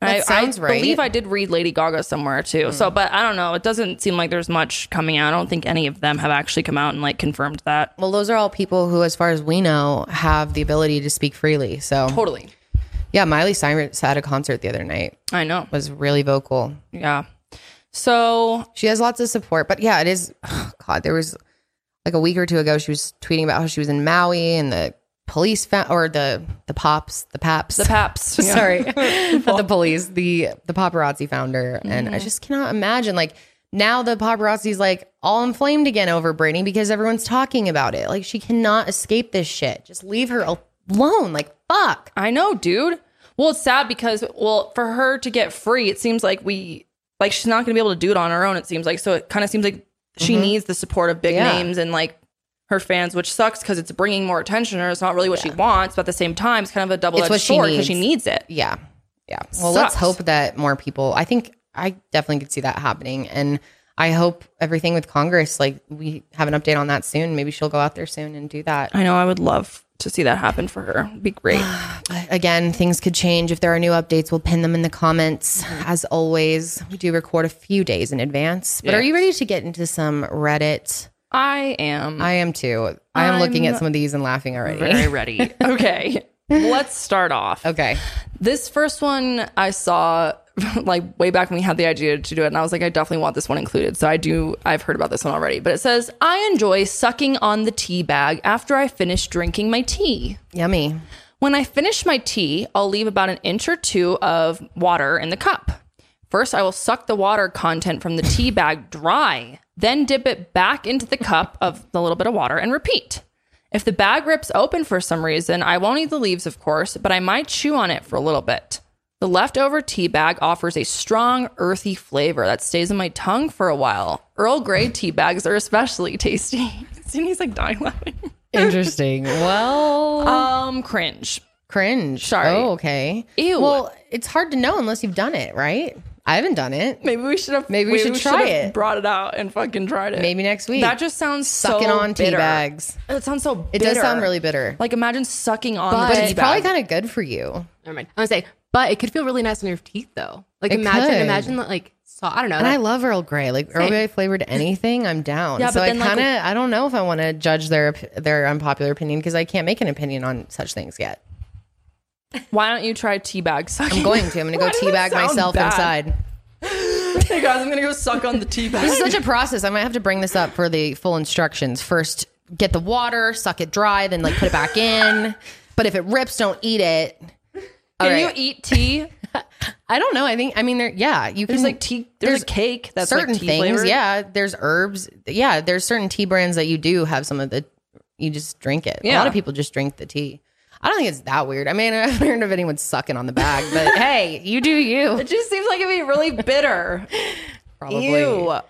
S2: That
S1: I,
S2: sounds
S1: I
S2: right. Hmm.
S1: believe I did read Lady Gaga somewhere too. So, but I don't know. It doesn't seem like there's much coming out. I don't think any of them have actually come out and like confirmed that.
S2: Well, those are all people who, as far as we know, have the ability to speak freely. So
S1: Totally.
S2: yeah, Miley Cyrus had a concert the other night.
S1: I know.
S2: Was really vocal.
S1: Yeah. So
S2: She has lots of support, but yeah, it is. oh God, there was like a week or two ago, she was tweeting about how she was in Maui and the police found, or the the pops, the paps,
S1: the Paps. Yeah.
S2: sorry, not the police, the the paparazzi found her, and
S1: Mm-hmm.
S2: I just cannot imagine like. Now the paparazzi's like all inflamed again over Britney because everyone's talking about it. Like she cannot escape this shit. Just leave her alone. Like fuck.
S1: I know, dude. Well, it's sad because well, for her to get free, it seems like we like she's not going to be able to do it on her own. It seems like so. It kind of seems like she needs the support of big
S2: Mm-hmm. Yeah.
S1: names and like her fans, which sucks because it's bringing more attention. Or it's not really what she wants, but at the same time, it's kind of a double edged
S2: what she
S1: sword because she needs
S2: needs.
S1: it.
S2: Yeah. Yeah. Well, let's
S1: Sucks.
S2: hope that more people, I think I definitely could see that happening. And I hope everything with Congress, like we have an update on that soon. Maybe she'll go out there soon and do that.
S1: I know. I would love to see that happen for her. It'd be great.
S2: Again, things could change. If there are new updates, we'll pin them in the comments. As always, we do record a few days in advance. But are you ready to get into some Reddit?
S1: I am
S2: I am too. I am looking at some of these and laughing already.
S1: very ready. okay, let's start off.
S2: Okay.
S1: This first one I saw like way back when we had the idea to do it, and I was like, I definitely want this one included. So I do, I've heard about this one already, but it says, I enjoy sucking on the tea bag after I finish drinking my tea.
S2: Yummy.
S1: When I finish my tea, I'll leave about an inch or two of water in the cup. First, I will suck the water content from the tea bag dry, then dip it back into the cup of the little bit of water and repeat. If the bag rips open for some reason, I won't eat the leaves, of course, but I might chew on it for a little bit. The leftover tea bag offers a strong, earthy flavor that stays in my tongue for a while. Earl Grey tea bags are especially tasty. and he's like dying laughing.
S2: Interesting. Well,
S1: Um, cringe.
S2: cringe.
S1: Sorry.
S2: Oh, okay.
S1: Ew.
S2: Well, it's hard to know unless you've done it, right? I haven't done it.
S1: Maybe we should have.
S2: Maybe we should try
S1: should've
S2: it.
S1: Brought it out and fucking tried it.
S2: Maybe next week.
S1: That just sounds
S2: sucking
S1: so
S2: on tea
S1: bitter.
S2: bags.
S1: It sounds so.
S2: It
S1: bitter.
S2: does sound really bitter.
S1: Like imagine sucking on
S2: but
S1: the
S2: it's
S1: tea
S2: probably
S1: bag.
S2: kind of good for you.
S4: Never mind. I was saying, but it could feel really nice on your teeth though. Like
S2: It
S4: imagine,
S2: could.
S4: imagine like so. I don't know.
S2: And I
S4: That,
S2: love Earl Grey. Like Earl Grey flavored anything, I'm down.
S1: Yeah,
S2: so
S1: but
S2: I
S1: then, like-
S2: kind of I don't know if I want to judge their op- their unpopular opinion because I can't make an opinion on such things yet.
S1: Why don't you try tea bag sucking?
S2: I'm going to. I'm going to go
S1: Why does that
S2: teabag
S1: sound
S2: myself
S1: bad?
S2: inside.
S1: hey guys, I'm gonna go suck on the tea bag.
S2: This is such a process. I might have to bring this up for the full instructions. First, get the water, suck it dry, then like put it back in. But if it rips, don't eat it.
S1: Can you
S2: right.
S1: eat tea?
S2: I don't know. I think I mean there. Yeah, you
S1: There's
S2: can.
S1: like tea. There's,
S2: There's
S1: a cake that's
S2: certain
S1: like tea
S2: things.
S1: flavored.
S2: Yeah, there's herbs. Yeah, there's certain tea brands that you do have some of the. You just drink it. A
S1: Yeah.
S2: lot of people just drink the tea. I don't think it's that weird. I mean, I haven't heard of anyone sucking on the bag, but hey, you do you.
S1: It just seems like it'd be really bitter.
S2: Probably.
S1: Ew.
S2: All right,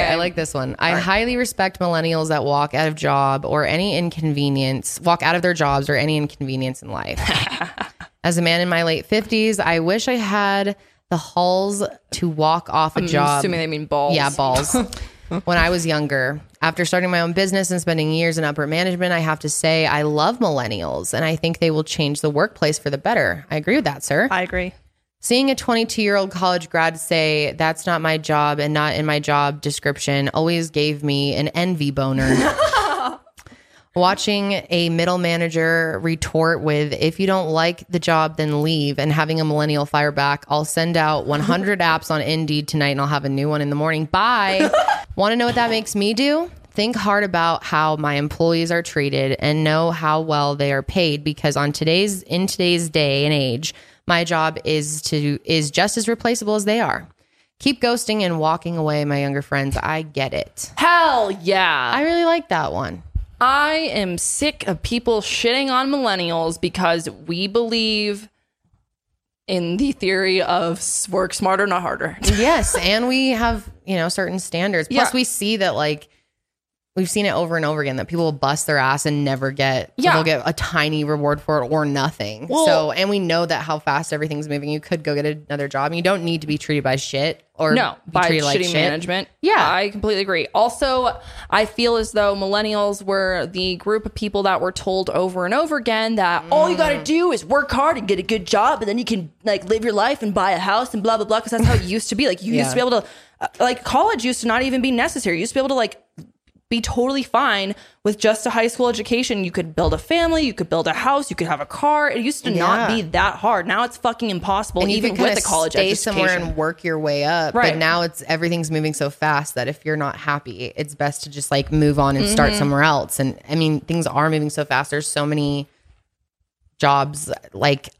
S1: Okay.
S2: I like this one. I highly respect millennials that walk out of job or any inconvenience, walk out of their jobs or any inconvenience in life. As a man in my late 50s, I wish I had the halls to walk off a
S1: I'm
S2: job.
S1: assuming they mean balls.
S2: Yeah, balls. when I was younger, after starting my own business and spending years in upper management, I have to say I love millennials and I think they will change the workplace for the better. I agree with that, sir.
S1: I agree.
S2: Seeing a 22 year old college grad say, that's not my job and not in my job description, always gave me an envy boner. watching a middle manager retort with, if you don't like the job, then leave, and having a millennial fire back, I'll send out 100 apps on Indeed tonight and I'll have a new one in the morning. Bye. Want to know what that makes me do? Think hard about how my employees are treated and know how well they are paid because on today's in today's day and age, my job is to is just as replaceable as they are. Keep ghosting and walking away, my younger friends. I get it.
S1: Hell yeah.
S2: I really like that one.
S1: I am sick of people shitting on millennials because we believe in the theory of s- work smarter, not harder.
S2: Yes, and we have you know certain standards. Plus,
S1: Yeah.
S2: we see that like we've seen it over and over again that people will bust their ass and never get
S1: Yeah.
S2: they'll get a tiny reward for it or nothing.
S1: Well-
S2: so, and we know that how fast everything's moving. You could go get another job. and You don't need to be treated by shit or
S1: No,
S2: be
S1: by shitty
S2: treated like shit.
S1: management.
S2: Yeah.
S1: I completely agree. Also, I feel as though millennials were the group of people that were told over and over again that all you
S2: Mm.
S1: got to do is work hard and get a good job, and then you can like live your life and buy a house and blah blah blah. Because that's how it used to be. Like you used to be
S2: Yeah.
S1: able to, uh, like college used to not even be necessary. You used to be able to like be totally fine with just a high school education. You could build a family, you could build a house, you could have a car. It used to not
S2: Yeah.
S1: be that hard. Now it's fucking impossible,
S2: And you
S1: even
S2: can kinda
S1: with a college
S2: stay
S1: education.
S2: somewhere and work your way up.
S1: Right.
S2: But now it's everything's moving so fast that if you're not happy, it's best to just like move on and
S1: Mm-hmm.
S2: start somewhere else. And I mean, things are moving so fast. There's so many jobs like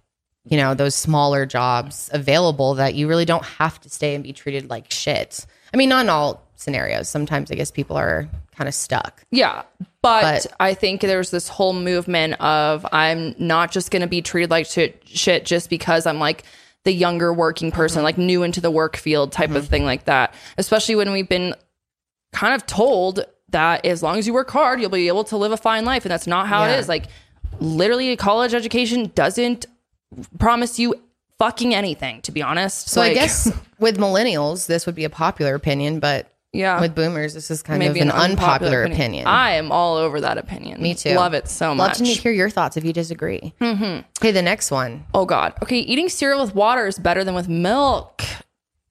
S2: you know those smaller jobs available that you really don't have to stay and be treated like shit. I mean, not in all scenarios. Sometimes I guess people are kind of stuck.
S1: Yeah. But,
S2: But-
S1: I think there's this whole movement of I'm not just going to be treated like shit, shit just because I'm like the younger working person,
S2: Mm-hmm.
S1: like new into the work field type of thing like that. Especially when we've been kind of told that as long as you work hard, you'll be able to live a fine life. And that's not how it
S2: Yeah.
S1: is. Like, literally, a college education doesn't promise you fucking anything, to be honest.
S2: So I guess with millennials, this would be a popular opinion, but
S1: yeah.
S2: with boomers, this is kind of an, unpopular, opinion.
S1: I am all over that opinion.
S2: Me too.
S1: Love it so
S2: Love
S1: much.
S2: to hear your thoughts if you disagree. Mm-hmm. Okay, the next one.
S1: Oh God. Okay, eating cereal with water is better than with milk.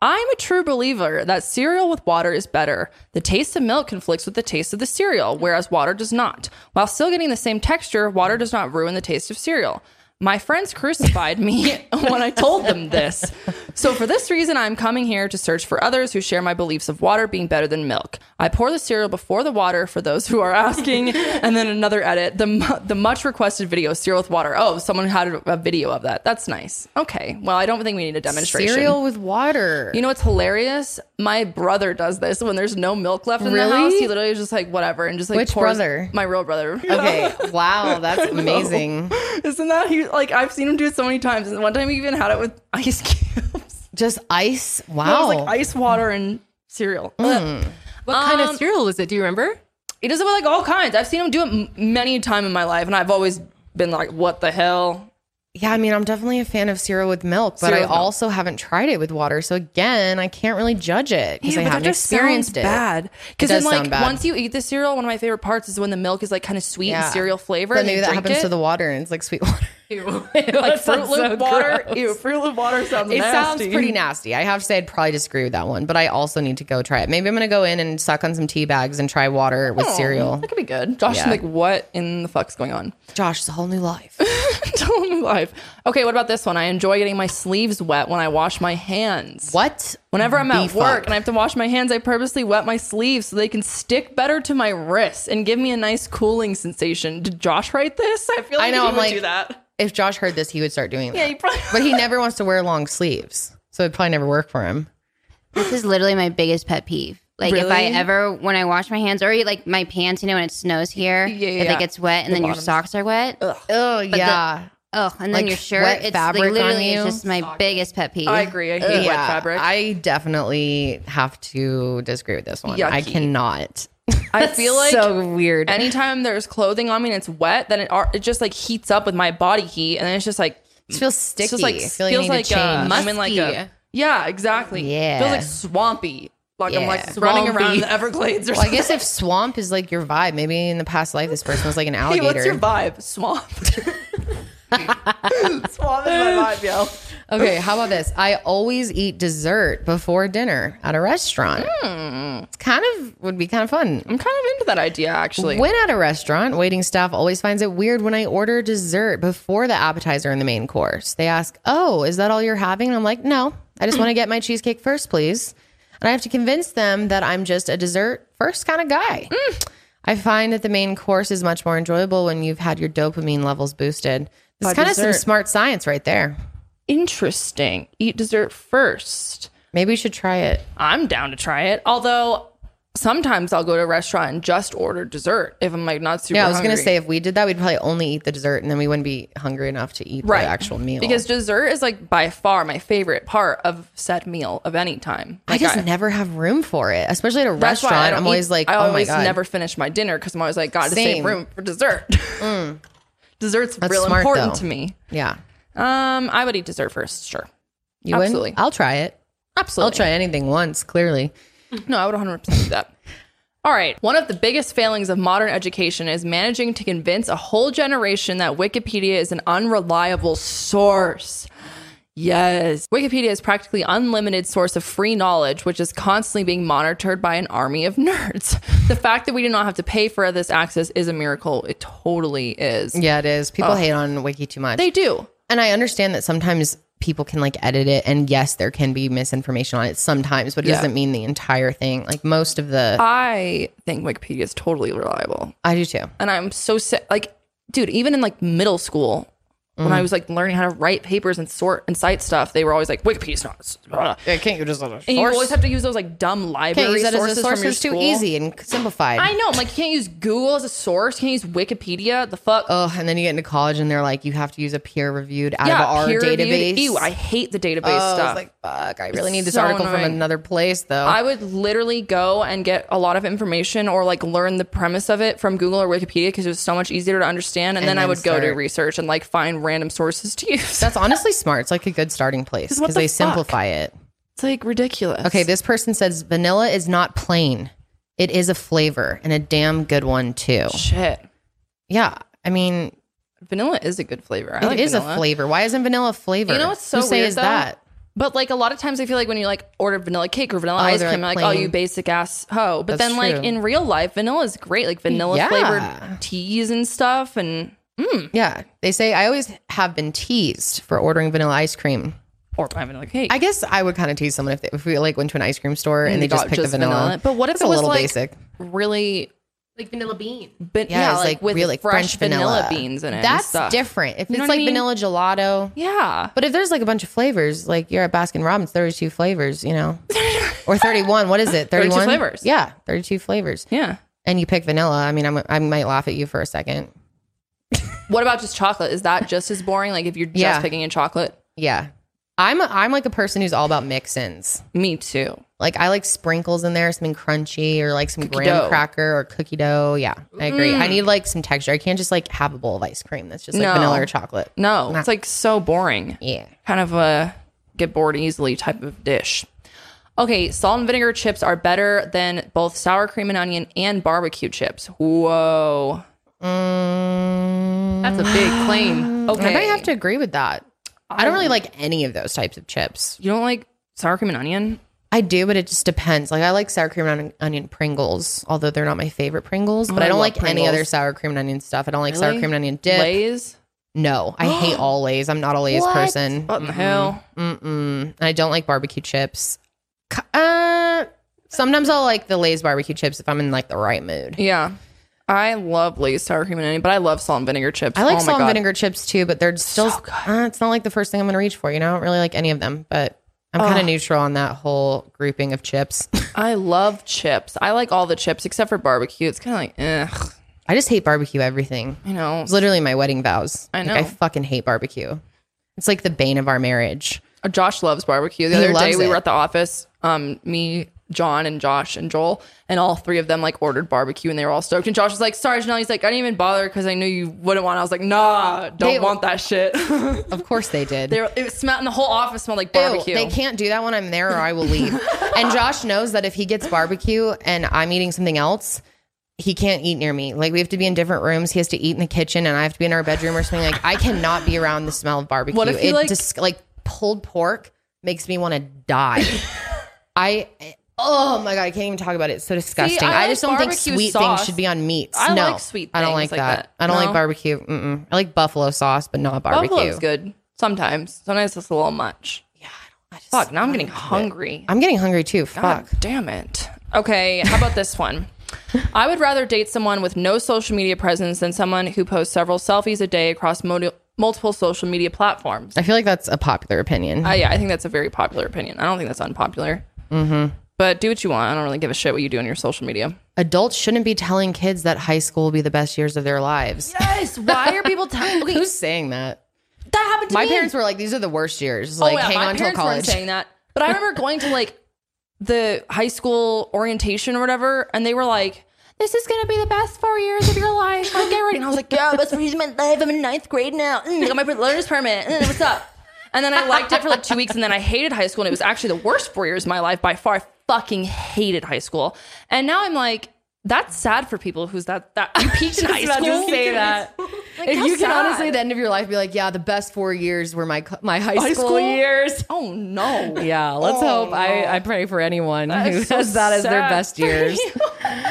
S1: I'm a true believer that cereal with water is better. The taste of milk conflicts with the taste of the cereal, whereas water does not. While still getting the same texture, water does not ruin the taste of cereal. My friends crucified me when I told them this. So, for this reason, I'm coming here to search for others who share my beliefs of water being better than milk. I pour the cereal before the water for those who are asking. and then another edit the, mu- the much requested video, cereal with water. Oh, someone had a a video of that. That's nice. Okay. Well, I don't think we need a demonstration.
S2: Cereal with water.
S1: You know what's hilarious? My brother does this when there's no milk left in the
S2: Really?
S1: house. He literally is just like whatever and just like
S2: Which
S1: pours-
S2: brother?
S1: My real brother.
S2: okay, wow, that's amazing.
S1: Isn't that he? Like I've seen him do it so many times. And one time he even had it with ice cubes.
S2: Just ice.
S1: It was
S2: Wow.
S1: like ice water and cereal.
S2: Mm.
S1: Ugh.
S4: What kind
S2: Um,
S4: of cereal was it? Do you remember?
S1: He does it with like all kinds. I've seen him do it m- many a time in my life, and I've always been like, "What the hell?"
S2: yeah, I mean, I'm definitely a fan of cereal with milk, but
S1: Cereal
S2: I
S1: with milk.
S2: also haven't tried it with water. So again, I can't really judge it because I haven't experienced it.
S1: Bad. Because
S2: It
S1: then,
S2: does
S1: like,
S2: sound bad.
S1: once you eat the cereal, one of my favorite parts is when the milk is like kind of sweet and cereal flavor.
S2: But
S1: and
S2: maybe
S1: you
S2: that
S1: drink
S2: happens
S1: it.
S2: to the water and it's like sweet water.
S1: like Fruit Loop water. Ew, Fruit Loop water sounds
S2: It
S1: nasty.
S2: sounds pretty nasty. I have to say I'd probably disagree with that one, but I also need to go try it. Maybe I'm gonna go in and suck on some tea bags and try water with cereal.
S1: That could be good. Josh is
S2: Yeah.
S1: like, what in the fuck's going on?
S2: Josh, it's a whole new life.
S1: Tell him live. Okay, what about this one? I enjoy getting my sleeves wet when I wash my hands.
S2: What?
S1: Whenever I'm at
S2: The
S1: work
S2: fuck?
S1: and I have to wash my hands, I purposely wet my sleeves so they can stick better to my wrists and give me a nice cooling sensation. Did Josh write this? I feel like
S2: I know,
S1: he
S2: I'm
S1: would
S2: like-
S1: do that.
S2: if Josh heard this, he would start doing
S1: Yeah,
S2: that.
S1: he probably.
S2: but he never wants to wear long sleeves, so it'd probably never work for him.
S3: This is literally my biggest pet peeve. Like if I
S1: Really?
S3: ever when I wash my hands or like my pants, you know, when it snows here,
S1: Yeah, yeah,
S3: if
S1: yeah.
S3: it gets wet and then your socks are wet. Ugh,
S2: Oh yeah,
S3: and then
S2: Like,
S3: your shirt.
S2: wet
S3: it's
S2: fabric
S3: like
S2: on
S3: literally it's
S2: you?
S3: just my biggest pet peeve.
S1: I agree. I hate wet
S2: yeah.
S1: fabric. I,
S2: I definitely have to disagree with this one. I
S1: Yucky.
S2: cannot.
S1: feel like
S2: so weird.
S1: anytime there's clothing on me and it's wet, then it ar- it just like heats up with my body heat, and then it's just like
S2: it feels sticky.
S1: It's just like
S2: I
S1: feels
S2: feel like you need
S1: like
S2: to
S1: uh,
S2: change.
S1: I'm in like a
S4: Musky.
S1: yeah, exactly.
S2: Yeah.
S1: feels like swampy. Like I'm like
S2: Yeah.
S1: running around
S4: Swampy.
S1: the Everglades or
S2: well, I
S1: something.
S2: guess if swamp is like your vibe, maybe in the past life this person was like an
S1: Hey,
S2: alligator.
S1: what's your vibe? Swamp. swamp is my vibe, yo.
S2: Okay, how about this? I always eat dessert before dinner at a restaurant. It's kind of would be kind of fun.
S1: I'm kind of into that idea actually.
S2: When at a restaurant, waiting staff always finds it weird when I order dessert before the appetizer and the main course. They ask, Oh, is that all you're having? And I'm like, No, I just want to get my cheesecake first, please. And I have to convince them that I'm just a dessert first kind of guy. I find that the main course is much more enjoyable when you've had your dopamine levels boosted. It's kind of some
S1: dessert.
S2: smart science right there.
S1: Interesting. Eat dessert first.
S2: Maybe we should try it.
S1: I'm down to try it. Although sometimes I'll go to a restaurant and just order dessert if I'm like not super.
S2: Yeah, I was going to
S1: hungry.
S2: say if we did that, we'd probably only eat the dessert and then we wouldn't be hungry enough to eat
S1: Right.
S2: the actual meal.
S1: because dessert is like by far my favorite part of said meal of any time.
S2: I
S1: Like,
S2: just never have room for it, especially at a
S1: that's why I
S2: restaurant.
S1: don't
S2: I'm always
S1: eat-
S2: like,
S1: I
S2: oh my
S1: always
S2: god,
S1: never finish my dinner because I'm always like, got to
S2: Same. Mm.
S1: save room for dessert. Dessert's real
S2: smart,
S1: important
S2: though.
S1: to me.
S2: yeah,
S1: Um, I would eat dessert first, sure.
S2: you would.
S1: Absolutely.
S2: I'll try it. I'll
S1: Absolutely.
S2: try anything once. Clearly,
S1: No, I would 100% do that. All right. One of the biggest failings of modern education is managing to convince a whole generation that Wikipedia is an unreliable source. Yes. Wikipedia is practically unlimited source of free knowledge, which is constantly being monitored by an army of nerds. The fact that we do not have to pay for this access is a miracle. It totally is.
S2: yeah, it is. People hate on Wiki too much,
S1: They do.
S2: and I understand that sometimes people can like edit it, and yes, there can be misinformation on it sometimes, but it
S1: Yeah. Uh,
S2: doesn't mean the entire thing. Like most of the,
S1: I think Wikipedia is totally reliable.
S2: I do too.
S1: and I'm so sick. Like, dude, even in like middle school, when
S2: Mm-hmm.
S1: I was like learning how to write papers and sort and cite stuff, they were always like, Wikipedia's not. blah."
S2: can't you just
S1: And you always have to use those like dumb
S2: can't
S1: library
S2: use that as
S1: sources
S2: a source?
S1: from your
S2: It's too
S1: school.
S2: easy and simplified.
S1: I know. I'm like, you can't use Google as a source. Can't use Wikipedia. The fuck.
S2: Oh, and then you get into college and they're like, you have to use a peer reviewed out of our
S1: peer-reviewed.
S2: database.
S1: Ew, I hate the database
S2: Oh, I
S1: stuff.
S2: was like, fuck, I really need this
S1: so
S2: article from
S1: annoying.
S2: another place though.
S1: I would literally go and get a lot of information or like learn the premise of it from Google or Wikipedia because it was so much easier to understand. And, then, I
S2: then
S1: would go to
S2: start-
S1: research and like find random sources to use.
S2: That's honestly smart. It's like a good starting place
S1: what
S2: because
S1: the
S2: they
S1: fuck?
S2: simplify it.
S1: It's like ridiculous.
S2: Okay, this person says vanilla is not plain. It is a flavor and a damn good one too.
S1: Shit.
S2: Yeah. I mean,
S1: Vanilla is a good flavor. I
S2: it is
S1: like vanilla.
S2: a flavor. Why isn't vanilla a flavor?
S1: You know what's so
S2: Who say
S1: weird
S2: is
S1: though?
S2: that?
S1: But like a lot of times, I feel like when you like order vanilla cake or vanilla
S2: Oh,
S1: ice
S2: they're,
S1: cream,
S2: like,
S1: like, like oh,
S2: plain.
S1: you basic ass hoe. But
S2: That's
S1: then like
S2: true.
S1: in real life, vanilla is great. Like vanilla
S2: Yeah.
S1: flavored teas and stuff. And
S2: Yeah. They say I always have been teased for ordering vanilla ice cream.
S1: or my vanilla cake.
S2: I guess I would kind of tease someone if, they, if we like went to an ice cream store and, they just
S1: got
S2: picked a vanilla.
S1: But what if
S2: That's
S1: it
S2: a
S1: was
S2: little
S1: like
S2: basic?
S1: really?
S4: like vanilla bean.
S1: But yeah,
S2: it's
S1: like, with
S2: real,
S1: fresh vanilla. beans in it. and
S2: That's
S1: stuff.
S2: different. If
S1: You know
S2: it's
S1: what I
S2: like
S1: mean?
S2: vanilla gelato,
S1: Yeah.
S2: but if there's like a bunch of flavors, like you're at Baskin Robbins, 32 flavors, you know, or 31. What is it?
S1: 32
S2: 31
S1: flavors.
S2: Yeah, 32 flavors.
S1: Yeah.
S2: And you pick vanilla. I mean, I'm, I might laugh at you for a second.
S1: What about just chocolate? Is that just as boring? Like if you're just
S2: Yeah.
S1: picking in chocolate?
S2: Yeah, I'm a, I'm like a person who's all about mix-ins.
S1: Me too.
S2: Like I like sprinkles in there, something crunchy or like some graham
S1: dough. Mm.
S2: cracker or cookie dough. Yeah, I agree. I need like some texture. I can't just like have a bowl of ice cream that's just like
S1: No.
S2: vanilla or chocolate.
S1: No, it's like so boring.
S2: Yeah.
S1: kind of a get bored easily type of dish. Okay, salt and vinegar chips are better than both sour cream and onion and barbecue chips. Whoa.
S4: That's a big claim.
S1: Okay. Um,
S2: I might Mm. have to agree with that. I don't really like any of those types of chips.
S1: you don't like sour cream and onion?
S2: I do, but it just depends. Like I like sour cream and onion Pringles, although they're not my favorite Pringles. But
S1: Oh, I
S2: I don't
S1: love
S2: like any other
S1: Pringles.
S2: sour cream and onion stuff. I don't like sour
S1: Really?
S2: cream and onion dip.
S1: Lays?
S2: No, I hate all Lay's. I'm not a Lay's person.
S1: What in the hell?
S2: Mm-mm. I don't like barbecue chips. C- Uh, sometimes I'll like the Lay's barbecue chips if I'm in like the right mood.
S1: Yeah. I love Lay's sour cream and onion, but I love salt and vinegar chips.
S2: I
S1: Oh
S2: like
S1: my
S2: salt and
S1: God.
S2: vinegar chips too, but they're still. Uh, it's not like the first thing I'm going to reach for. You know, I don't really like any of them, but I'm kind of neutral on that whole grouping of chips.
S1: I love chips. I like all the chips except for barbecue. It's kind of like, ugh,
S2: I just hate barbecue everything.
S1: you know.
S2: It's literally my wedding vows.
S1: I
S2: Like, I
S1: know.
S2: fucking hate barbecue. It's like the bane of our marriage.
S1: Josh loves barbecue. The
S2: He
S1: other day
S2: loves
S1: we were
S2: it.
S1: at the office, um, me, John, and Josh and Joel, and all three of them like ordered barbecue and they were all stoked. And Josh was like, "Sorry, Janelle," he's like, "I didn't even bother because I knew you wouldn't want." it." I was like, "Nah, don't
S2: They-
S1: want that shit." they
S2: Of course they did.
S1: were, it smelled, and the whole office smelled like
S2: Ew,
S1: barbecue.
S2: they can't do that when I'm there or I will leave. and Josh knows that if he gets barbecue and I'm eating something else, he can't eat near me. Like we have to be in different rooms. He has to eat in the kitchen and I have to be in our bedroom or something. Like I cannot be around the smell of barbecue.
S1: What if he,
S2: it
S1: like-
S2: just like pulled pork makes me want to die. I oh my god, I can't even talk about it. It's so disgusting.
S1: I
S2: I,
S1: like
S2: just don't think
S1: barbecue
S2: sweet
S1: sauce.
S2: things should be on meats.
S1: I
S2: no,
S1: like sweet
S2: I don't like
S1: things
S2: that.
S1: like that.
S2: I don't
S1: No?
S2: like barbecue. Mm-mm. I like buffalo sauce, but not barbecue.
S1: Buffalo's good sometimes. Sometimes it's a little much.
S2: I just-
S1: Fuck, now I'm getting hungry.
S2: I'm getting hungry too. Fuck.
S1: God damn it. Okay, how about this one? I would rather date someone with no social media presence than someone who posts several selfies a day across modi- multiple social media platforms.
S2: I feel like that's a popular opinion.
S1: Uh, yeah, I think that's a very popular opinion. I don't think that's unpopular. Mm-hmm. But do what you want. I don't really give a shit what you do on your social media.
S2: Adults shouldn't be telling kids that high school will be the best years of their lives.
S1: Yes. Why are people telling?
S2: Who's saying that?
S1: that happened to
S2: My parents were like, "These are the worst years. Like,
S1: Oh, yeah,
S2: hang
S1: my
S2: on till
S1: parents weren't
S2: college."
S1: saying that, but I remember going to like the high school orientation or whatever, and they were like, "This is gonna be the best four years of your life. Like, get ready." And I was like, "Yeah, best four years of my life. I'm in ninth grade now. Mm, I got my learner's permit. Mm, what's up?" And then I liked it for like two weeks, and then I hated high school, and it was actually the worst four years of my life by far. I fucking hated high school, and now I'm like. That's sad for people who's that that you peaked in high
S2: about to
S1: school.
S2: say that.
S1: Like,
S2: If
S1: how
S2: you can
S1: sad.
S2: honestly, at the end of your life, be like, "Yeah, the best four years were my co- my high, school,
S1: school?
S2: years."
S1: oh no,
S2: Yeah, let's hope. I, I pray for anyone who
S1: is so
S2: has that as their
S1: sad
S2: best
S1: for
S2: years,
S1: you.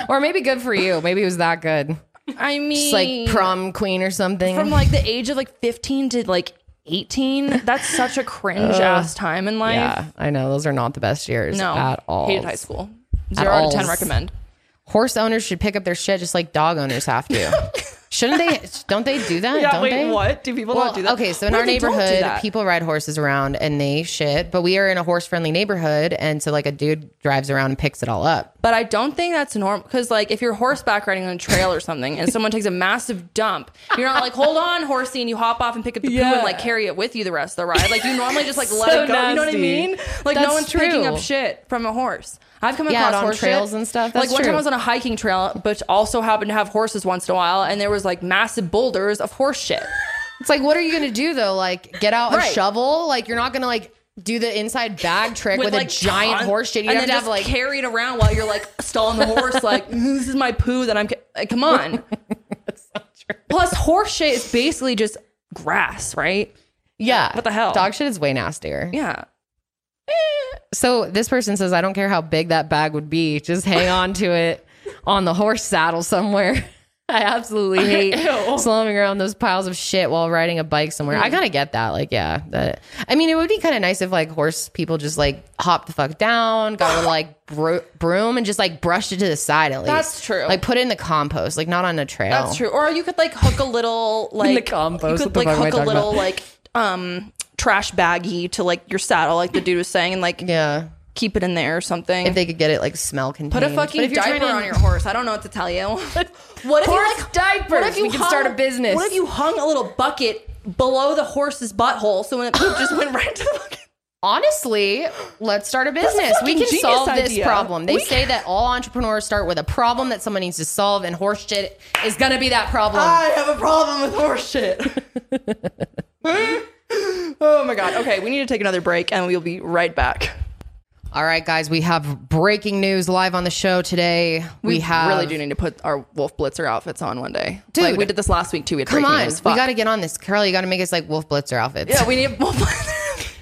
S2: or maybe good for you. Maybe it was that good,
S1: I mean,
S2: just like prom queen or something.
S1: from like the age of like 15 to like 18 that's such a cringe ass time in life
S2: yeah, I know those are not the best years
S1: no
S2: at all.
S1: hated high school zero out of ten
S2: alls.
S1: recommend
S2: Horse owners should pick up their shit just like dog owners have to. Shouldn't they? Don't they do that? don't they?
S1: do people
S2: Well, okay, so in our neighborhood, people ride horses around and they shit, but we are in a horse friendly neighborhood. And so, like, a dude drives around and picks it all up.
S1: but i don't think that's normal because like if you're horseback riding on a trail or something and someone takes a massive dump you're not like hold on horsey and you hop off and pick up the poo
S2: Yeah.
S1: and like carry it with you the rest of the ride like you normally just like let
S2: So
S1: it go you know what i
S2: nasty.
S1: mean like no
S2: That's
S1: one's picking
S2: true.
S1: up shit from a horse i've come
S2: Yeah,
S1: across
S2: on
S1: horse
S2: trails
S1: shit.
S2: and stuff,
S1: like
S2: that's
S1: one time
S2: true.
S1: i was on a hiking trail but also happened to have horses once in a while and there was like massive boulders of horse shit
S2: It's like, what are you going to do, though? Like, get out
S1: Right.
S2: a shovel? Like, you're not going to, like, do the inside bag trick with,
S1: like,
S2: a giant
S1: ton-
S2: horse shit. You
S1: and
S2: have to
S1: then
S2: have,
S1: just
S2: like,
S1: carry it around while you're like stalling the horse, like "Mm, this is my poo that I'm. ca-" Like, come on. Plus, horse shit is basically just grass, right?
S2: yeah.
S1: What the hell?
S2: Dog shit is way nastier.
S1: Yeah.
S2: So, this person says, I don't care how big that bag would be, just hang on to it on the horse saddle somewhere. I absolutely hate slumming around those piles of shit while riding a bike somewhere.
S1: Mm-hmm.
S2: I kind of get that. Like, yeah. That, I mean, it would be kind of nice if like horse people just like hop the fuck down, got a like bro- broom and just like brushed it to the side at least.
S1: That's true.
S2: Like put it in the compost, like not on a trail.
S1: That's true. Or you could like hook a little like
S2: compost,
S1: You
S2: what
S1: could
S2: the
S1: like
S2: fuck am I
S1: hook a
S2: talking
S1: little
S2: about?
S1: like um trash baggie to like your saddle, like the dude was saying, and like
S2: Yeah.
S1: keep it in there or something.
S2: If they could get it like smell contained.
S1: Put a fucking diaper on your horse. I don't know what to tell you. what if
S2: Horse
S1: you like,
S2: diapers.
S1: What if you
S2: We can
S1: hung-
S2: start a business.
S1: What if you hung a little bucket below the horse's butthole so when it poop just went right to the bucket?
S2: honestly, let's start a business. We
S1: fucking
S2: can
S1: genius
S2: solve this
S1: idea.
S2: problem. They
S1: We-
S2: say that all entrepreneurs start with a problem that someone needs to solve, and horse shit is gonna be that problem.
S1: have a problem with horse shit. oh my god. Okay, we need to take another break and we'll be right back.
S2: all right, guys, we have breaking news live on the show today. We, have
S1: really do need to put our wolf blitzer outfits on one day.
S2: Dude.
S1: like, we did this last week too. We had
S2: Come
S1: breaking
S2: on,
S1: news.
S2: we
S1: Fuck.
S2: got to get on this, Carly. You got to make us like Wolf Blitzer outfits.
S1: Yeah, we need wolf blitzer.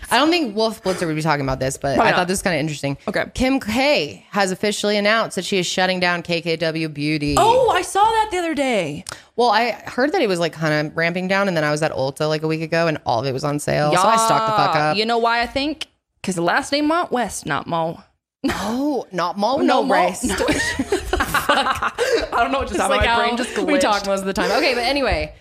S2: I don't think Wolf Blitzer would be talking about this, but
S1: Probably
S2: I thought
S1: not.
S2: this was kind of interesting.
S1: Okay.
S2: Kim K has officially announced that she is shutting down KKW Beauty.
S1: oh, I saw that the other day.
S2: Well, I heard that it was like kind of ramping down, and then I was at Ulta like a week ago, and all of it was on sale. So I stocked the fuck
S1: Yeah. Ah,
S2: up.
S1: You know why I think? Because the last name Mont West, not Mo.
S2: no, not mall,
S1: No,
S2: no,
S1: Mo-
S2: rest.
S1: no. I don't know what just
S2: It's
S1: happened.
S2: like
S1: My brain
S2: how
S1: just
S2: we
S1: glitched.
S2: talk most of the time. Okay, but anyway,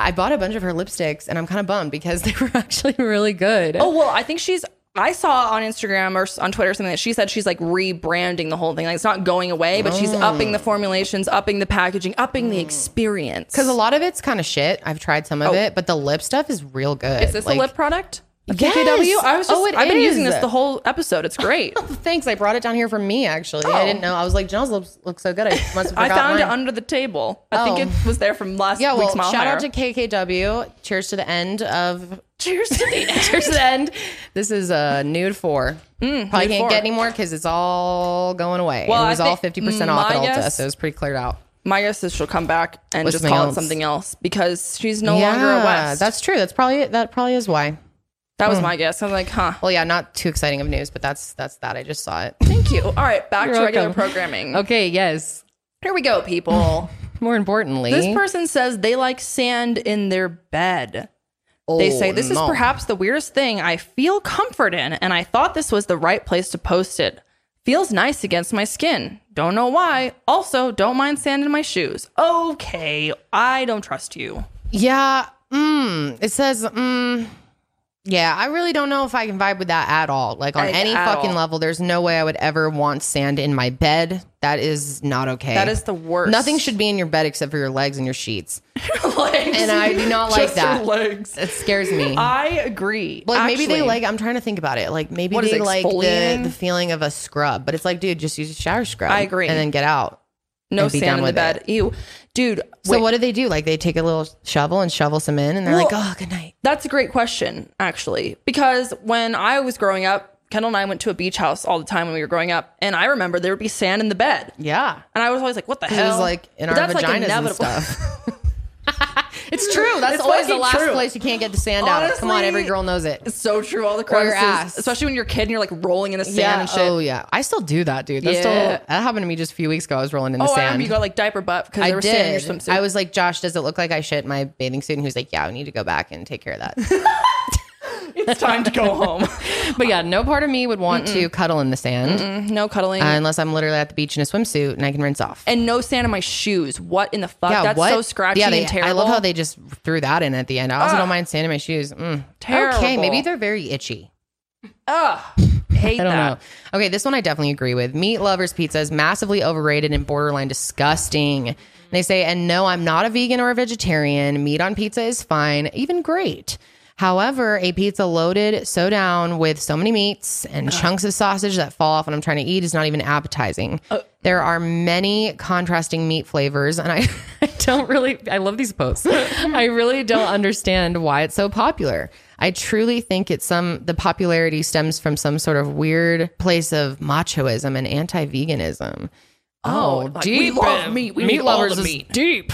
S2: I bought a bunch of her lipsticks, and I'm kind of bummed because they were actually really good.
S1: Oh well, I think she's. I saw on Instagram or s- on Twitter or something that she said she's like rebranding the whole thing. Like it's not going away, but
S2: Oh.
S1: she's upping the formulations, upping the packaging, upping the experience.
S2: because a lot of it's kind of shit. I've tried some of it, but the lip stuff Oh. is real good.
S1: is this a lip product? A
S2: Yes.
S1: KKW? I was just.
S2: Oh, it
S1: I've been using
S2: is.
S1: this the whole episode. It's great.
S2: Thanks, I brought it down here for me. Actually, I didn't know. I was like, Janelle's lips look so good. Oh. I must have forgot
S1: I found
S2: mine.
S1: it under the table. I think
S2: Oh.
S1: it was there from last
S2: yeah, well,
S1: week's mile
S2: shout
S1: Higher.
S2: out to KKW. Cheers to the end of
S1: cheers to the
S2: Here's the end. This is a uh, nude four. Probably can't
S1: Mm, four.
S2: get any more because it's all going away.
S1: Well,
S2: Well,
S1: I
S2: it was all
S1: think
S2: fifty percent off at
S1: my
S2: Ulta,
S1: guess-
S2: so it was pretty cleared out.
S1: My guess is she'll come back and
S2: With
S1: just
S2: something
S1: call it
S2: else.
S1: something else because she's no longer a West.
S2: that's true. That's probably that. Probably is why.
S1: That was my guess. I'm like, huh.
S2: Well, yeah, not too exciting of news, but that's that's that. I just saw it.
S1: Thank you. All right, back to
S2: You're
S1: regular
S2: welcome.
S1: programming.
S2: Okay, yes.
S1: Here we go, people.
S2: More importantly,
S1: this person says they like sand in their bed. They say,
S2: Oh,
S1: This is
S2: no.
S1: perhaps the weirdest thing I feel comfort in, and I thought this was the right place to post it. Feels nice against my skin. Don't know why. Also, don't mind sand in my shoes. Okay, I don't trust you.
S2: Yeah. Mm, it says, mm, yeah, I really don't know if I can vibe with that at all. Like on
S1: Like,
S2: any
S1: at
S2: fucking
S1: all.
S2: level, there's no way I would ever want sand in my bed. That is not okay.
S1: That is the worst.
S2: Nothing should be in your bed except for your legs and your sheets.
S1: legs.
S2: And I do not like
S1: Just your
S2: that.
S1: legs.
S2: It scares me.
S1: I agree.
S2: like maybe they
S1: Actually,
S2: like. I'm trying to think about it. Like maybe
S1: What is
S2: they
S1: it,
S2: like the,
S1: exfoliating?
S2: the feeling of a scrub, but it's like, dude, just use a shower scrub.
S1: I agree.
S2: and then get out.
S1: no
S2: and be done
S1: sand in the
S2: with
S1: bed. Ew, dude.
S2: So
S1: wait.
S2: what do they do? Like they take a little shovel and shovel some in, and they're like,
S1: Well-
S2: oh, good night.
S1: That's a great question, actually, because when I was growing up, Kendall and I went to a beach house all the time when we were growing up, and I remember there would be sand in the bed,
S2: Yeah,
S1: and I was always like, "What the
S2: it
S1: hell?"
S2: was like in
S1: But
S2: our
S1: that's, like,
S2: vaginas and
S1: inevitable.
S2: stuff. It's true. That's
S1: It's
S2: always the
S1: fucking
S2: last
S1: true.
S2: place you can't get the sand out. of. Come on,
S1: Honestly,
S2: every girl knows it.
S1: It's so true. All the
S2: Or your
S1: crevices,
S2: ass.
S1: especially when you're a kid and you're like rolling in the sand and shit.
S2: Oh yeah. I still do that, dude. That's still,
S1: Yeah.
S2: that happened to me just a few weeks ago. I was rolling in the
S1: Oh, I
S2: sand.
S1: remember you got like diaper butt because
S2: I
S1: there was sand in your
S2: did.
S1: swimsuit.
S2: I was like, Josh, does it look like I shit in my bathing suit? And he was like, Yeah, we need to go back and take care of that.
S1: it's time to go home.
S2: but yeah, no part of me would want to cuddle in the sand uh,
S1: no cuddling
S2: unless I'm literally at the beach in a swimsuit and I can rinse off.
S1: and no sand in my shoes. What in the fuck?
S2: yeah,
S1: that's
S2: what?
S1: so scratchy
S2: yeah, they,
S1: and terrible.
S2: I love how they just threw that in at the end. I also don't mind sand in my shoes. Mm. Okay,
S1: Terrible.
S2: maybe they're very itchy.
S1: Ugh, hate
S2: I don't
S1: that.
S2: know. Okay, this one I definitely agree with. Meat lovers pizza is massively overrated and borderline disgusting. And They say, and no, I'm not a vegan or a vegetarian. Meat on pizza is fine, even great. However, a pizza loaded so down with so many meats and chunks of sausage that fall off when I'm trying to eat is not even appetizing. there are many contrasting meat flavors, and I, I don't really, I love these posts. I really don't understand why it's so popular. I truly think it's some the popularity stems from some sort of weird place of machoism and anti-veganism. Oh,
S1: like, we love meat. We need all the
S2: is
S1: meat.
S2: deep.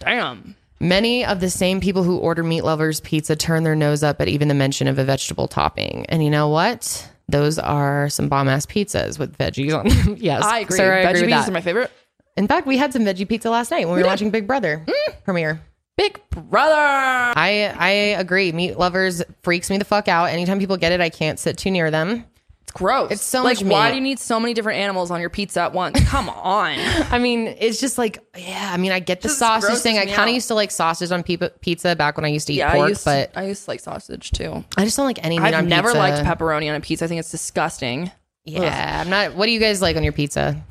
S1: Damn.
S2: Many of the same people who order meat lovers pizza turn their nose up at even the mention of a vegetable topping. And you know what? Those are some bomb ass pizzas with veggies on them. yes,
S1: I agree.
S2: Sarah, I agree
S1: Veggie
S2: with
S1: beans
S2: that.
S1: are my favorite.
S2: In fact, we had some veggie pizza last night when we, were watching Big Brother premiere.
S1: Big brother.
S2: I I agree. Meat lovers freaks me the fuck out. Anytime people get it, I can't sit too near them.
S1: It's gross. It's
S2: so
S1: like
S2: much
S1: why
S2: meat.
S1: do you need so many different animals on your pizza at once? Come on.
S2: I mean, it's just like, yeah. I mean, I get the
S1: Just
S2: sausage
S1: grosses
S2: thing. I
S1: me
S2: kind
S1: out.
S2: of used to like sausage on pe- pizza back when I used to eat
S1: Yeah,
S2: pork,
S1: I used
S2: but
S1: I used to like sausage too.
S2: I just don't like any meat
S1: I've
S2: on
S1: never
S2: pizza.
S1: liked pepperoni on a pizza. I think it's disgusting.
S2: Yeah, I'm not. What do you guys like on your pizza?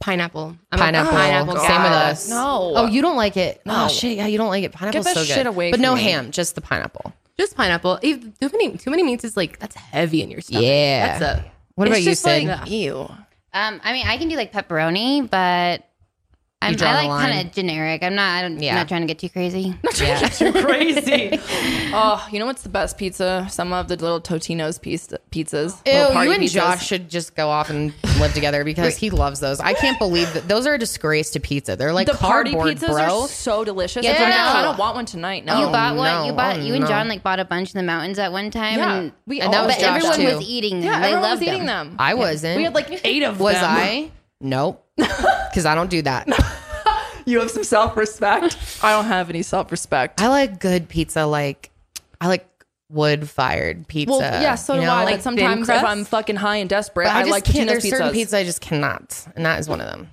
S4: Pineapple. Um, I'm a
S2: Pineapple.
S4: pineapple.
S2: Same
S4: gal.
S2: with us.
S1: No.
S2: Oh, you don't like it. Oh shit. Yeah, you don't like it. Pineapple's
S1: that
S2: so good.
S1: shit away
S2: but
S1: from
S2: no
S1: me.
S2: ham, just the pineapple.
S4: Just pineapple. If- Too many, too many meats is like that's heavy in your stomach.
S2: Yeah.
S4: That's a
S2: What
S1: it's
S2: about you,
S1: just like
S2: Sid?
S1: ew.
S3: Um, I mean, I can do like pepperoni, but I'm,
S2: draw
S3: I
S2: the
S3: like
S2: line.
S3: kind of generic. I'm not. I'm
S2: Yeah.
S3: not trying to get too crazy.
S1: You're crazy. oh, you know what's the best pizza? Some of the little Totino's pizza, pizzas.
S2: Ew,
S1: Little
S2: you
S1: party
S2: and
S1: pizzas.
S2: Josh should just go off and live together because he loves those. I can't believe that those are a disgrace to pizza. They're like
S1: The party
S2: cardboard,
S1: pizzas
S2: bro.
S1: are so delicious.
S3: Yeah.
S1: I kind
S3: No.
S1: of want one tonight. No,
S3: you bought one.
S2: no.
S3: You bought.
S2: Oh,
S3: you and
S2: no.
S3: John like bought a bunch in the mountains at one time.
S1: Yeah.
S3: and,
S1: We
S3: and
S1: all-
S3: that was
S1: But
S3: everyone
S2: Josh,
S3: was
S2: too.
S3: eating them.
S1: yeah,
S3: they
S1: everyone
S3: loved
S1: was eating them.
S2: I wasn't.
S1: we had like eight of
S2: was
S1: them.
S2: I? Nope. Because I don't do that.
S1: You have some self respect. I don't have any self respect.
S2: I like good pizza. Like I like wood fired pizza.
S1: Well, yeah, so
S2: you
S1: do
S2: know?
S1: I.
S2: Like,
S1: but sometimes if
S4: crust?
S1: I'm fucking high and desperate,
S2: I
S1: I,
S2: just
S1: like
S2: can't.
S1: Totino's
S2: There's certain
S1: pizzas.
S2: pizza I just cannot, and that is one of them.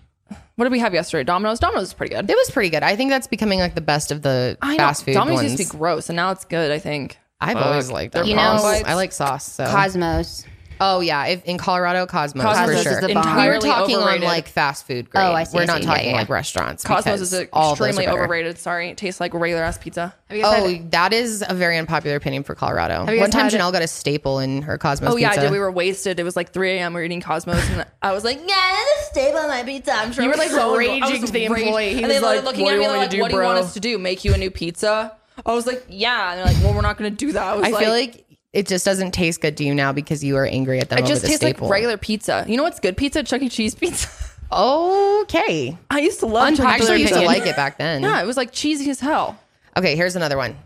S1: What did we have yesterday? Domino's. Domino's is pretty good.
S2: It was pretty good. I think that's becoming like the best of the
S1: I know.
S2: fast food
S1: Domino's
S2: ones.
S1: used to be gross, and now it's good. I think.
S2: I've always liked them.
S3: You know-
S2: Sauce. I like sauce. So.
S3: Cosmos.
S2: oh yeah, if, in Colorado, Cosmos,
S1: Cosmos
S2: for
S1: is
S2: sure.
S1: the bomb.
S2: we were
S1: entirely
S2: talking
S1: overrated.
S2: on like fast food. Grade.
S3: Oh, I see,
S2: We're
S3: I
S2: not
S3: see. Yeah,
S2: talking
S3: yeah.
S2: like restaurants.
S1: Cosmos
S2: because
S1: is
S2: all those are
S1: extremely
S2: better.
S1: overrated. Sorry, it tastes like regular ass pizza.
S4: Have you guys had
S2: Oh, that is a very unpopular opinion for Colorado.
S4: you guys
S2: One time,
S4: had it?
S2: Janelle got a staple in her Cosmos.
S1: Oh yeah,
S2: pizza.
S1: I did. We were wasted. It was like 3 a.m. We were eating Cosmos, and I was like, "Yeah, this staple on my pizza." I'm sure you
S4: were, like, raging to the employee.
S1: and
S4: He was
S1: they like,
S4: like,
S1: looking at
S4: "What do
S1: me
S4: you
S1: they're
S4: want me
S1: like,
S4: to do,
S1: "What do you want
S4: bro?"
S1: us to do? Make you a new pizza?" I was like, "Yeah," and they're like, "Well, we're not gonna do that." I was
S2: I
S1: like,
S2: feel like it just doesn't taste good to you now because you are angry at them.
S1: it just
S2: over the
S1: tastes
S2: staple.
S1: like regular pizza. You know what's good pizza? Chuck E. Cheese pizza.
S2: Okay,
S1: I used to love
S2: I
S1: Chuck E.
S2: actually
S1: Cheese
S2: used to
S1: pizza.
S2: like it back then.
S1: Yeah, it was like cheesy as hell.
S2: Okay, here's another one.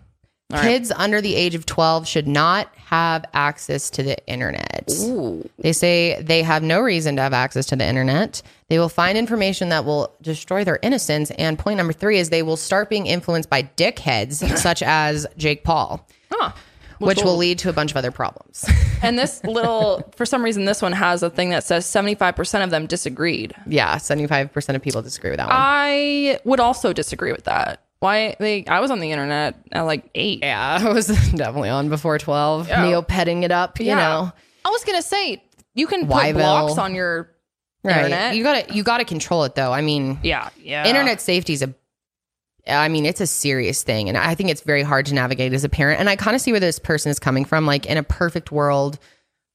S2: Kids under the age of 12 should not have access to the internet. They say they have no reason to have access to the internet. They will find information that will destroy their innocence. And point number three is they will start being influenced by dickheads such as Jake Paul, which will lead to a bunch of other problems.
S1: And this little, for some reason, this one has a thing that says 75% of them disagreed.
S2: yeah, 75% of people disagree with that one.
S1: I would also disagree with that. Why they? I was on the internet at like eight.
S2: yeah, I was definitely on before 12,
S1: Yeah.
S2: Neo petting it up, you
S1: Yeah.
S2: know.
S1: I was gonna say you can
S2: Wyville.
S1: put blocks on your internet.
S2: You gotta you gotta control it though. I mean,
S1: yeah, yeah.
S2: internet safety is a I mean, it's a serious thing. And I think it's very hard to navigate as a parent. And I kind of see where this person is coming from. Like in a perfect world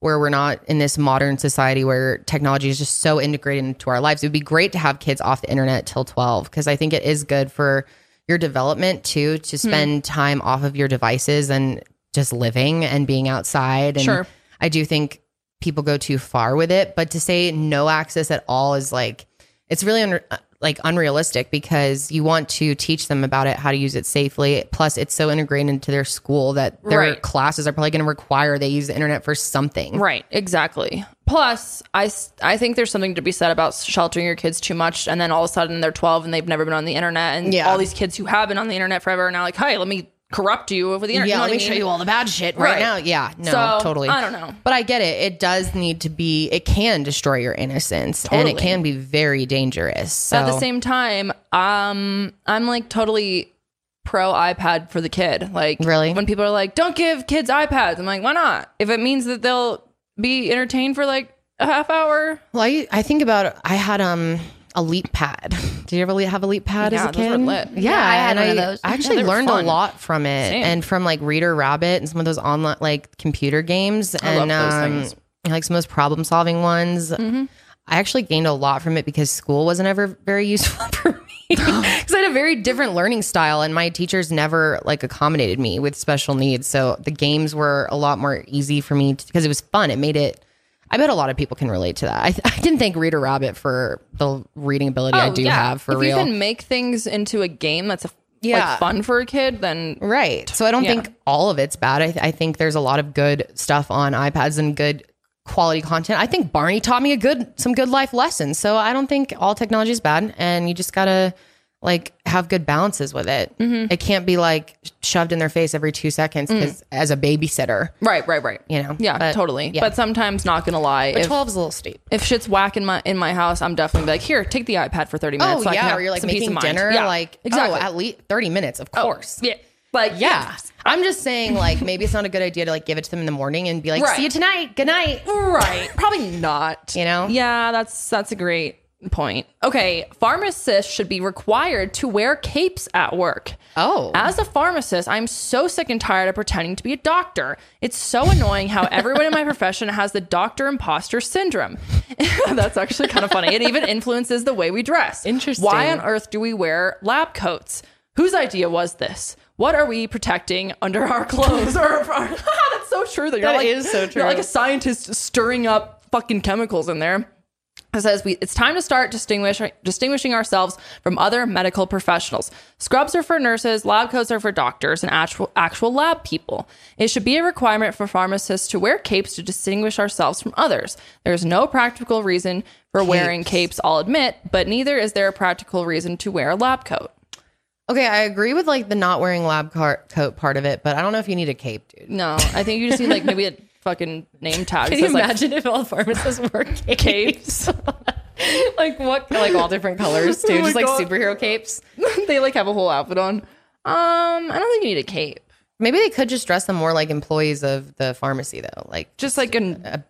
S2: where we're not in this modern society where technology is just so integrated into our lives, it would be great to have kids off the internet till 12 because I think it is good for your development too to
S1: Hmm.
S2: spend time off of your devices and just living and being outside. And
S1: Sure.
S2: I do think people go too far with it, but to say no access at all is like, it's really un- like unrealistic because you want to teach them about it, how to use it safely. Plus, it's so integrated into their school that their
S1: Right.
S2: classes are probably going to require they use the internet for something.
S1: Right, exactly. Plus, I, s- I think there's something to be said about sheltering your kids too much, and then all of a sudden they're 12 and they've never been on the internet, and
S2: Yeah.
S1: all these kids who have been on the internet forever are now like, hey, let me corrupt you over the internet.
S2: Yeah,
S1: You know
S2: let
S1: what
S2: me
S1: I
S2: show
S1: mean?
S2: you all the bad shit right,
S1: Right.
S2: now. Yeah, no,
S1: So,
S2: totally.
S1: I don't know.
S2: But I get it. It does need to be, it can destroy your innocence and it
S1: Totally.
S2: can be very dangerous. So,
S1: But at the same time, um, I'm like totally pro iPad for the kid. Like,
S2: Really?
S1: when people are like, "Don't give kids iPads," I'm like, "Why not? If it means that they'll be entertained for like a half hour."
S2: well, I, I think about, I had, um, a leap pad. Did you ever le- have a leap pad as
S1: Yeah,
S2: a
S1: those
S2: kid?
S1: were lit.
S2: Yeah,
S3: Yeah, I had
S2: and
S3: one of those.
S2: I
S3: Yeah,
S2: actually
S1: they were
S2: learned a
S1: fun.
S2: lot from it,
S1: Same.
S2: and from like Reader Rabbit and some of those online like computer games,
S1: love
S2: and
S1: those
S2: um,
S1: things. Mm-hmm.
S2: like some of those problem solving ones. I actually gained a lot from it because school wasn't ever very useful for me
S1: Oh.
S2: because I had a very different learning style and my teachers never like accommodated me with special needs. So the games were a lot more easy for me because it was fun. It made it. I bet a lot of people can relate to that. I, I didn't thank Reader Rabbit for the reading ability I
S1: Oh,
S2: do
S1: yeah.
S2: have for
S1: if
S2: real.
S1: you can make things into a game that's a,
S2: Yeah.
S1: like fun for a kid, then
S2: Right. So I don't
S1: Yeah.
S2: think all of it's bad. I, th- I think there's a lot of good stuff on iPads and good quality content. I think Barney taught me a good some good life lessons. So I don't think all technology is bad, and you just gotta like have good balances with it.
S1: Mm-hmm.
S2: It can't be like shoved in their face every two seconds 'cause- as a babysitter.
S1: right, right, right.
S2: You know.
S1: Mm. Yeah,
S2: But-
S1: totally.
S2: Yeah.
S1: But sometimes, not gonna lie, if,
S2: Twelve's a little steep.
S1: if shit's whacking my in my house, I'm definitely be like, here, take the iPad for 30 minutes.
S2: Oh
S1: so I can
S2: yeah,
S1: have
S2: or you're like
S1: some peace of
S2: making
S1: mind."
S2: dinner.
S1: Yeah,
S2: Like
S1: exactly. Oh.
S2: oh, at least thirty minutes, of course.
S1: yeah, like
S2: Yeah. I'm just saying, like, maybe it's not a good idea to like give it to them in the morning and be like,
S1: Right.
S2: see you tonight. Good night.
S1: Right. Probably not.
S2: You know?
S1: Yeah, that's that's a great point. Okay, pharmacists should be required to wear capes at work.
S2: Oh.
S1: As a pharmacist, I'm so sick and tired of pretending to be a doctor. It's so annoying how everyone in my profession has the doctor imposter syndrome. that's actually kind of funny. It even influences the way we dress.
S2: Interesting.
S1: Why on earth do we wear lab coats? Whose idea was this? What are we protecting under our clothes? or that's so true. That, you're
S2: That
S1: like,
S2: is so
S1: you're
S2: true.
S1: like a scientist stirring up fucking chemicals in there. It says we it's time to start distinguish, distinguishing ourselves from other medical professionals. Scrubs are for nurses, lab coats are for doctors and actual actual lab people. It should be a requirement for pharmacists to wear capes to distinguish ourselves from others. There's no practical reason for wearing capes, I'll admit, but neither is there a practical reason to wear a lab coat.
S2: Okay, I agree with like the not wearing lab car- coat part of it, but I don't know if you need a cape, dude.
S1: No, I think you just need like maybe a fucking name tag. that
S2: Can you
S1: says, like,
S2: imagine if all pharmacists wore capes?
S1: capes?
S2: like what? Like all different colors too,
S1: Oh
S2: just
S1: my
S2: like
S1: God.
S2: superhero capes.
S1: they like have a whole outfit on. Um, I don't think you need a cape.
S2: Maybe they could just dress them more like employees of the pharmacy though, like
S1: Just like an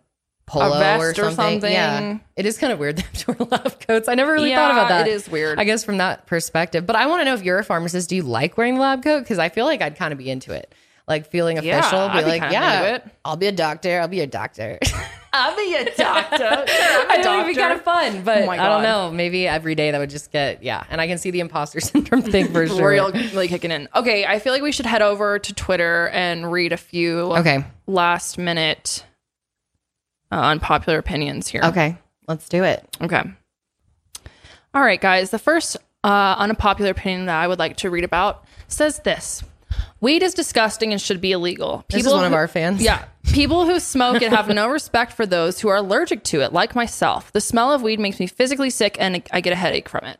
S2: polo
S1: vest
S2: or,
S1: or
S2: something. Yeah,
S1: something.
S2: it is kind of weird that they wear lab coats. I never really thought
S1: Yeah,
S2: about that.
S1: it is weird.
S2: I guess from that perspective. But I want to know if you're a pharmacist, do you like wearing the lab coat? Because I feel like I'd kind of be into it. Like feeling
S1: Yeah,
S2: official,
S1: I'd
S2: be
S1: be
S2: like,
S1: kind of
S2: yeah,
S1: into it.
S2: I'll be a doctor. I'll be a doctor.
S1: I'll be a doctor.
S2: I think it'd be kind of fun, but
S1: Oh my
S2: I
S1: God.
S2: don't know. Maybe every day that would just get yeah. And I can see the imposter syndrome thing for sure.
S1: Real really kicking in. Okay, I feel like we should head over to Twitter and read a few
S2: Okay.
S1: last minute uh, unpopular opinions here.
S2: Okay, let's do it.
S1: Okay. All right, guys. The first uh, unpopular opinion that I would like to read about says this Weed is disgusting and should be illegal.
S2: This is one of
S1: who-
S2: our fans.
S1: Yeah. People who smoke and have no respect for those who are allergic to it, like myself. The smell of weed makes me physically sick and I get a headache from it.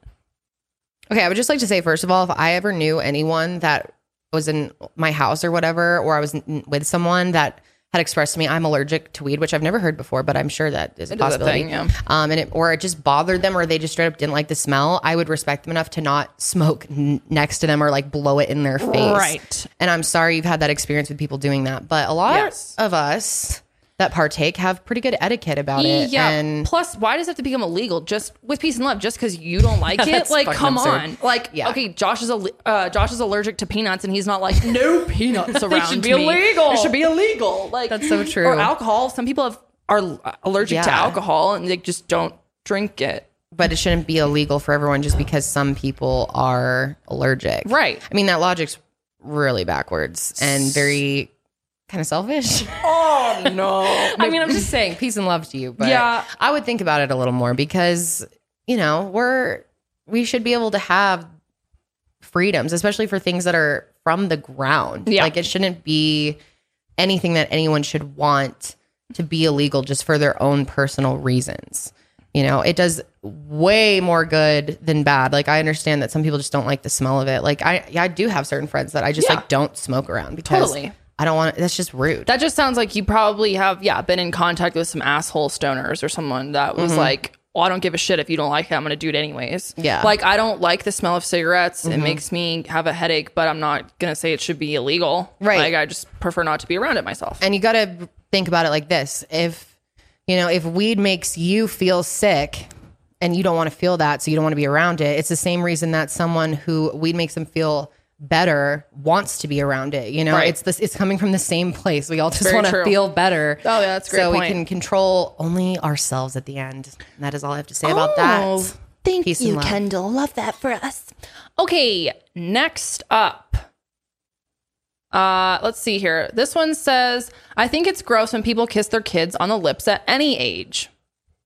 S2: Okay, I would just like to say first of all, if I ever knew anyone that was in my house or whatever, or I was n- with someone that had expressed to me I'm allergic to weed, which I've never heard before, but I'm sure that is a
S1: It is a
S2: possibility.
S1: thing, yeah.
S2: Um, and it, or it just bothered them, or they just straight up didn't like the smell. I would respect them enough to not smoke n- next to them or like blow it in their face.
S1: Right.
S2: And I'm sorry you've had that experience with people doing that, but a lot
S1: Yes.
S2: of us that partake have pretty good etiquette about it.
S1: Yeah.
S2: And
S1: Plus, why does it have to become illegal? Just with peace and love, just because you don't like it?
S2: That's
S1: Like,
S2: fucking
S1: come
S2: absurd.
S1: on. Like,
S2: Yeah.
S1: okay, Josh is al- uh, Josh is allergic to peanuts, and he's not like no peanuts around
S2: should be
S1: me.
S2: illegal.
S1: It should be illegal. Like
S2: That's so true.
S1: Or alcohol. Some people have, are allergic to
S2: Yeah.
S1: alcohol, and they just don't drink it.
S2: but it shouldn't be illegal for everyone just because some people are allergic.
S1: Right.
S2: I mean, that logic's really backwards and very kind of selfish.
S1: Oh no.
S2: I mean, I'm just saying, peace and love to you. But
S1: Yeah.
S2: I would think about it a little more because, you know, we're, we should be able to have freedoms, especially for things that are from the ground.
S1: Yeah.
S2: Like it shouldn't be anything that anyone should want to be illegal just for their own personal reasons. You know, it does way more good than bad. Like I understand that some people just don't like the smell of it. Like I yeah, I do have certain friends that I just
S1: Yeah.
S2: like don't smoke around because
S1: Totally.
S2: I don't want that's just rude.
S1: That just sounds like you probably have, yeah, been in contact with some asshole stoners or someone that was
S3: Mm-hmm.
S1: like, well, I don't give a shit if you don't like it. I'm going to do it anyways.
S2: Yeah.
S1: Like, I don't like the smell of cigarettes.
S3: Mm-hmm.
S1: It makes me have a headache, but I'm not going to say it should be illegal.
S2: Right.
S1: Like, I just prefer not to be around it myself.
S2: and you got to think about it like this if you know if weed makes you feel sick and you don't want to feel that so you don't want to be around it it's the same reason that someone who weed makes them feel better wants to be around it you know
S1: Right.
S2: it's this it's coming from the same place we all just
S1: Very
S2: want to
S1: true.
S2: feel better
S1: Oh, yeah, that's a great
S2: so we
S1: point.
S2: can control only ourselves at the end and that is all i have to say about
S1: Oh,
S2: that
S3: Thank
S2: Peace and
S3: you,
S2: love.
S3: Kendall. Love that for us.
S1: Okay, next up. Uh, let's see here. This one says, I think it's gross when people kiss their kids on the lips at any age.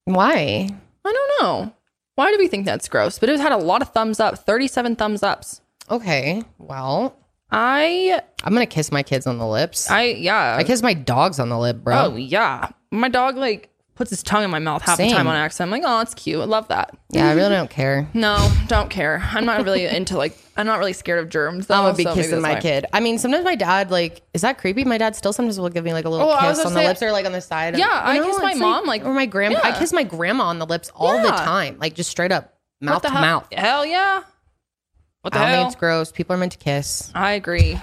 S2: why
S1: I don't know. Why do we think that's gross? But it had a lot of thumbs up, 37 thumbs ups.
S2: okay well
S1: I,
S2: i'm gonna kiss my kids on the lips i,
S1: I, yeah.
S2: kiss my dogs on the lip bro
S1: oh, yeah. My dog, like, puts his tongue in my mouth half the
S2: Same.
S1: time on accident. I'm like, oh, that's cute. I love that.
S2: yeah i really don't care
S1: No, don't care. I'm not really into, like, I'm not really scared of germs. Though,
S2: I'm gonna be
S1: so maybe
S2: kissing
S1: that's
S2: my
S1: why.
S2: kid. I mean, sometimes my dad like is that creepy? My dad still sometimes will give me like a little
S1: Oh, I was
S2: kiss on
S1: gonna
S2: the
S1: say-
S2: lips or like on the side.
S1: Yeah, I
S2: know,
S1: kiss my
S2: it's
S1: mom, like-
S2: or my grandma. I
S1: yeah.
S2: kiss my grandma on the lips all the
S1: Yeah.
S2: time, like just straight up
S1: What
S2: mouth
S1: the
S2: to
S1: hell?
S2: mouth.
S1: Hell yeah. What the
S2: I don't
S1: hell?
S2: think it's gross. People are meant to kiss
S1: I agree.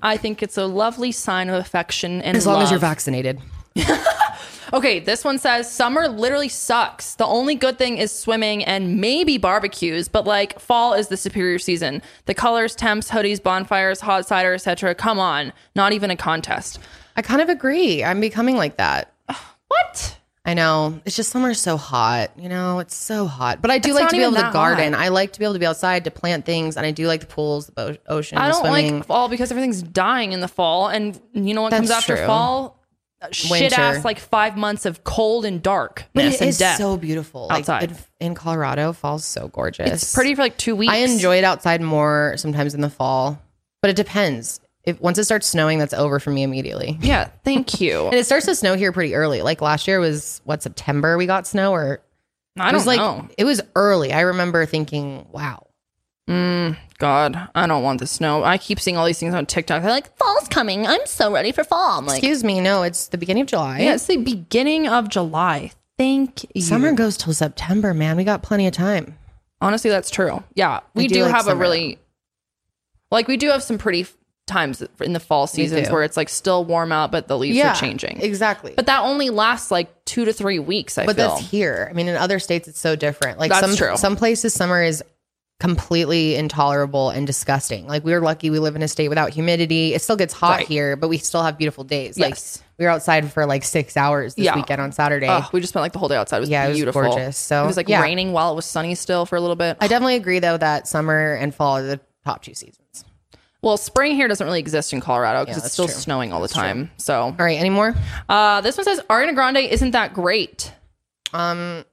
S1: I think it's a lovely sign of affection and
S2: as long as you're
S1: love.
S2: vaccinated.
S1: Okay, this one says summer literally sucks. The only good thing is swimming and maybe barbecues, but like fall is the superior season. The colors, temps, hoodies, bonfires, hot cider, etc. Come on, not even a contest.
S2: I kind of agree. I'm becoming like that.
S1: What?
S2: I know. It's just summer's so hot. You know, it's so hot. But I do
S1: It's
S2: like
S1: not
S2: to be
S1: even
S2: able to
S1: that
S2: garden. I like to be able to be outside to plant things, and I do like the pools, the bo- ocean,
S1: I
S2: the
S1: don't
S2: swimming.
S1: like fall because everything's dying in the fall, and you know what comes
S2: That's
S1: after
S2: true.
S1: fall? Shit
S2: Winter.
S1: ass like five months of cold and dark.
S2: But
S1: Yes,
S2: it
S1: and
S2: is
S1: death.
S2: so beautiful Like,
S1: Outside.
S2: in, in Colorado, fall's so gorgeous.
S1: it's pretty for like two weeks.
S2: I enjoy it outside more sometimes in the fall, but it depends. If once it starts snowing, that's over for me immediately.
S1: Yeah, thank you.
S2: And it starts to snow here pretty early. Like last year was what September we got snow, or
S1: I
S2: it
S1: don't
S2: was like
S1: know.
S2: it was early. I remember thinking, "Wow,
S1: God, I don't want the snow. I keep seeing all these things on TikTok. They're like, fall's coming. I'm so ready for fall. I'm like,
S2: excuse me, no, it's the beginning of July.
S1: yeah, it's the beginning of July. Thank you.
S2: Summer goes till September, man. We got plenty of time.
S1: Honestly, that's true. Yeah, we
S2: do
S1: do,
S2: like
S1: have a
S2: summer,
S1: really, like, we do have some pretty f- times in the fall seasons
S2: do.
S1: where it's like still warm out, but the leaves
S2: yeah,
S1: are changing.
S2: exactly.
S1: But that only lasts like two to three weeks. I
S2: but
S1: feel.
S2: that's here. I mean, in other states, it's so different. Like
S1: That's
S2: some
S1: true.
S2: some places, summer is completely intolerable and disgusting. Like we are lucky we live in a state without humidity. It still gets hot
S1: Right.
S2: here, but we still have beautiful days.
S1: Yes.
S2: Like we were outside for like six hours this
S1: Yeah.
S2: weekend on Saturday.
S1: Ugh, we just spent like the whole day outside. It was
S2: Yeah, it was
S1: beautiful.
S2: gorgeous. So,
S1: it was like
S2: yeah.
S1: raining while it was sunny still for a little bit.
S2: I definitely agree though that summer and fall are the top two seasons.
S1: well, spring here doesn't really exist in Colorado because it's
S2: that's
S1: still
S2: true.
S1: snowing all the time. So
S2: All right, any more?
S1: Uh, this one says Ariana Grande isn't that great.
S2: Um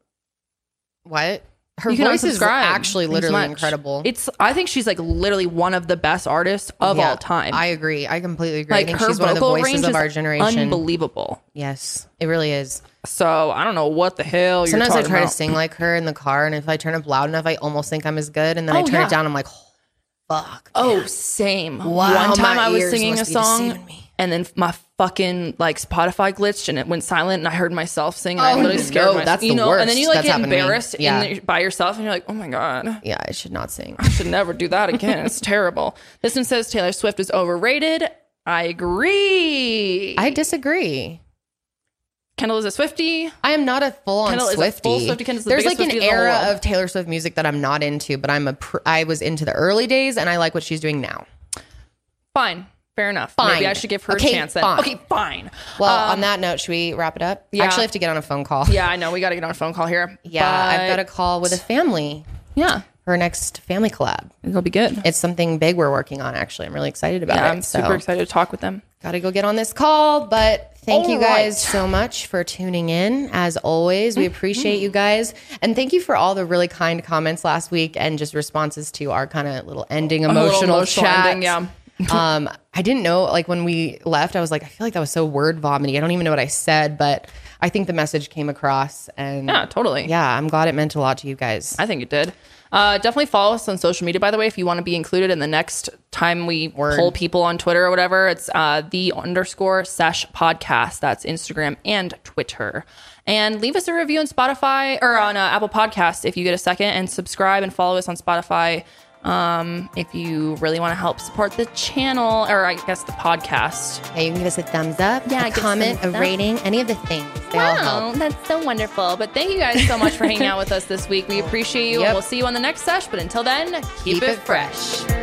S2: what? her
S1: You can
S2: voice is
S1: unsubscribe.
S2: actually
S1: Thanks
S2: literally
S1: much.
S2: incredible.
S1: It's I think she's like literally one of the best artists of
S2: Yeah,
S1: all time.
S2: I agree. I completely agree. I
S1: like
S2: think
S1: her
S2: she's one of the
S1: vocal
S2: voices
S1: range
S2: of
S1: is
S2: our generation.
S1: unbelievable.
S2: yes, it really is.
S1: So I don't know what the hell you're
S2: Sometimes I
S1: talking
S2: try
S1: about.
S2: to sing like her in the car, and if I turn up loud enough, I almost think I'm as good, and then I
S1: Oh,
S2: turn
S1: yeah.
S2: it down. I'm like, oh, fuck.
S1: Oh, same.
S2: Wow,
S1: One time
S2: my
S1: I was
S2: ears
S1: singing a
S2: must be deceiving
S1: song
S2: me.
S1: and then my fucking like Spotify glitched and it went silent and I heard myself sing and I literally scared
S2: no,
S1: myself.
S2: Oh, that's
S1: you
S2: the
S1: know, and then
S2: worst.
S1: you like
S2: That's
S1: get
S2: happened to me.
S1: embarrassed in
S2: Yeah.
S1: the- by yourself and you're like, oh my god,
S2: Yeah, I should not sing.
S1: I should never do that again. It's terrible. This one says Taylor Swift is overrated. I agree.
S2: I disagree.
S1: Kendall is a Swifty.
S2: I am not a full on
S1: Kendall is a
S2: Swifty.
S1: full Swiftie. Kendall's the
S2: There's like
S1: biggest
S2: an
S1: Swiftie in the whole
S2: era
S1: world.
S2: of Taylor Swift music that I'm not into, but I'm a pr- I was into the early days, and I like what she's doing now.
S1: Fine. Fair enough. Maybe
S2: Fine.
S1: I should give her
S2: Okay,
S1: a chance then.
S2: fine.
S1: Okay, fine.
S2: Well, on that note, should we wrap it up? I
S1: Um, yeah.
S2: actually have to get on a phone call.
S1: Yeah, I know. We got to get on a phone call here.
S2: Yeah, I've got a call with a family
S1: Yeah.
S2: for our next family collab.
S1: It'll be good.
S2: It's something big we're working on. Actually, I'm really excited about
S1: Yeah,
S2: it.
S1: I'm super excited to talk with them.
S2: Gotta go get on this call, but thank you
S1: All right.
S2: guys so much for tuning in. As always, we
S1: Mm-hmm.
S2: appreciate you guys. And thank you for all the really kind comments last week and just responses to our kind of little ending emotional,
S1: emotional
S2: chat.
S1: ending, yeah.
S2: um, I didn't know, like when we left, I was like, I feel like that was so word vomity. I don't even know what I said, but I think the message came across. And
S1: Yeah, totally.
S2: yeah, I'm glad it meant a lot to you guys.
S1: I think it did. Uh, definitely follow us on social media, by the way, if you want to be included in the next time we poll people on Twitter or whatever. It's uh, the underscore sesh podcast. That's Instagram and Twitter. And leave us a review on Spotify or on uh, Apple Podcasts if you get a second, and subscribe and follow us on Spotify um, if you really want to help support the channel or I guess the podcast.
S2: Yeah, you can give us a thumbs up,
S1: Yeah,
S2: a
S1: give us a
S2: comment, a
S1: thumbs up.
S2: rating, any of the things. They all help.
S1: that's so wonderful. But thank you guys so much for hanging out with us this week. We appreciate you,
S2: Yep.
S1: and we'll see you on the next sesh. But until then, keep, it fresh.
S2: fresh.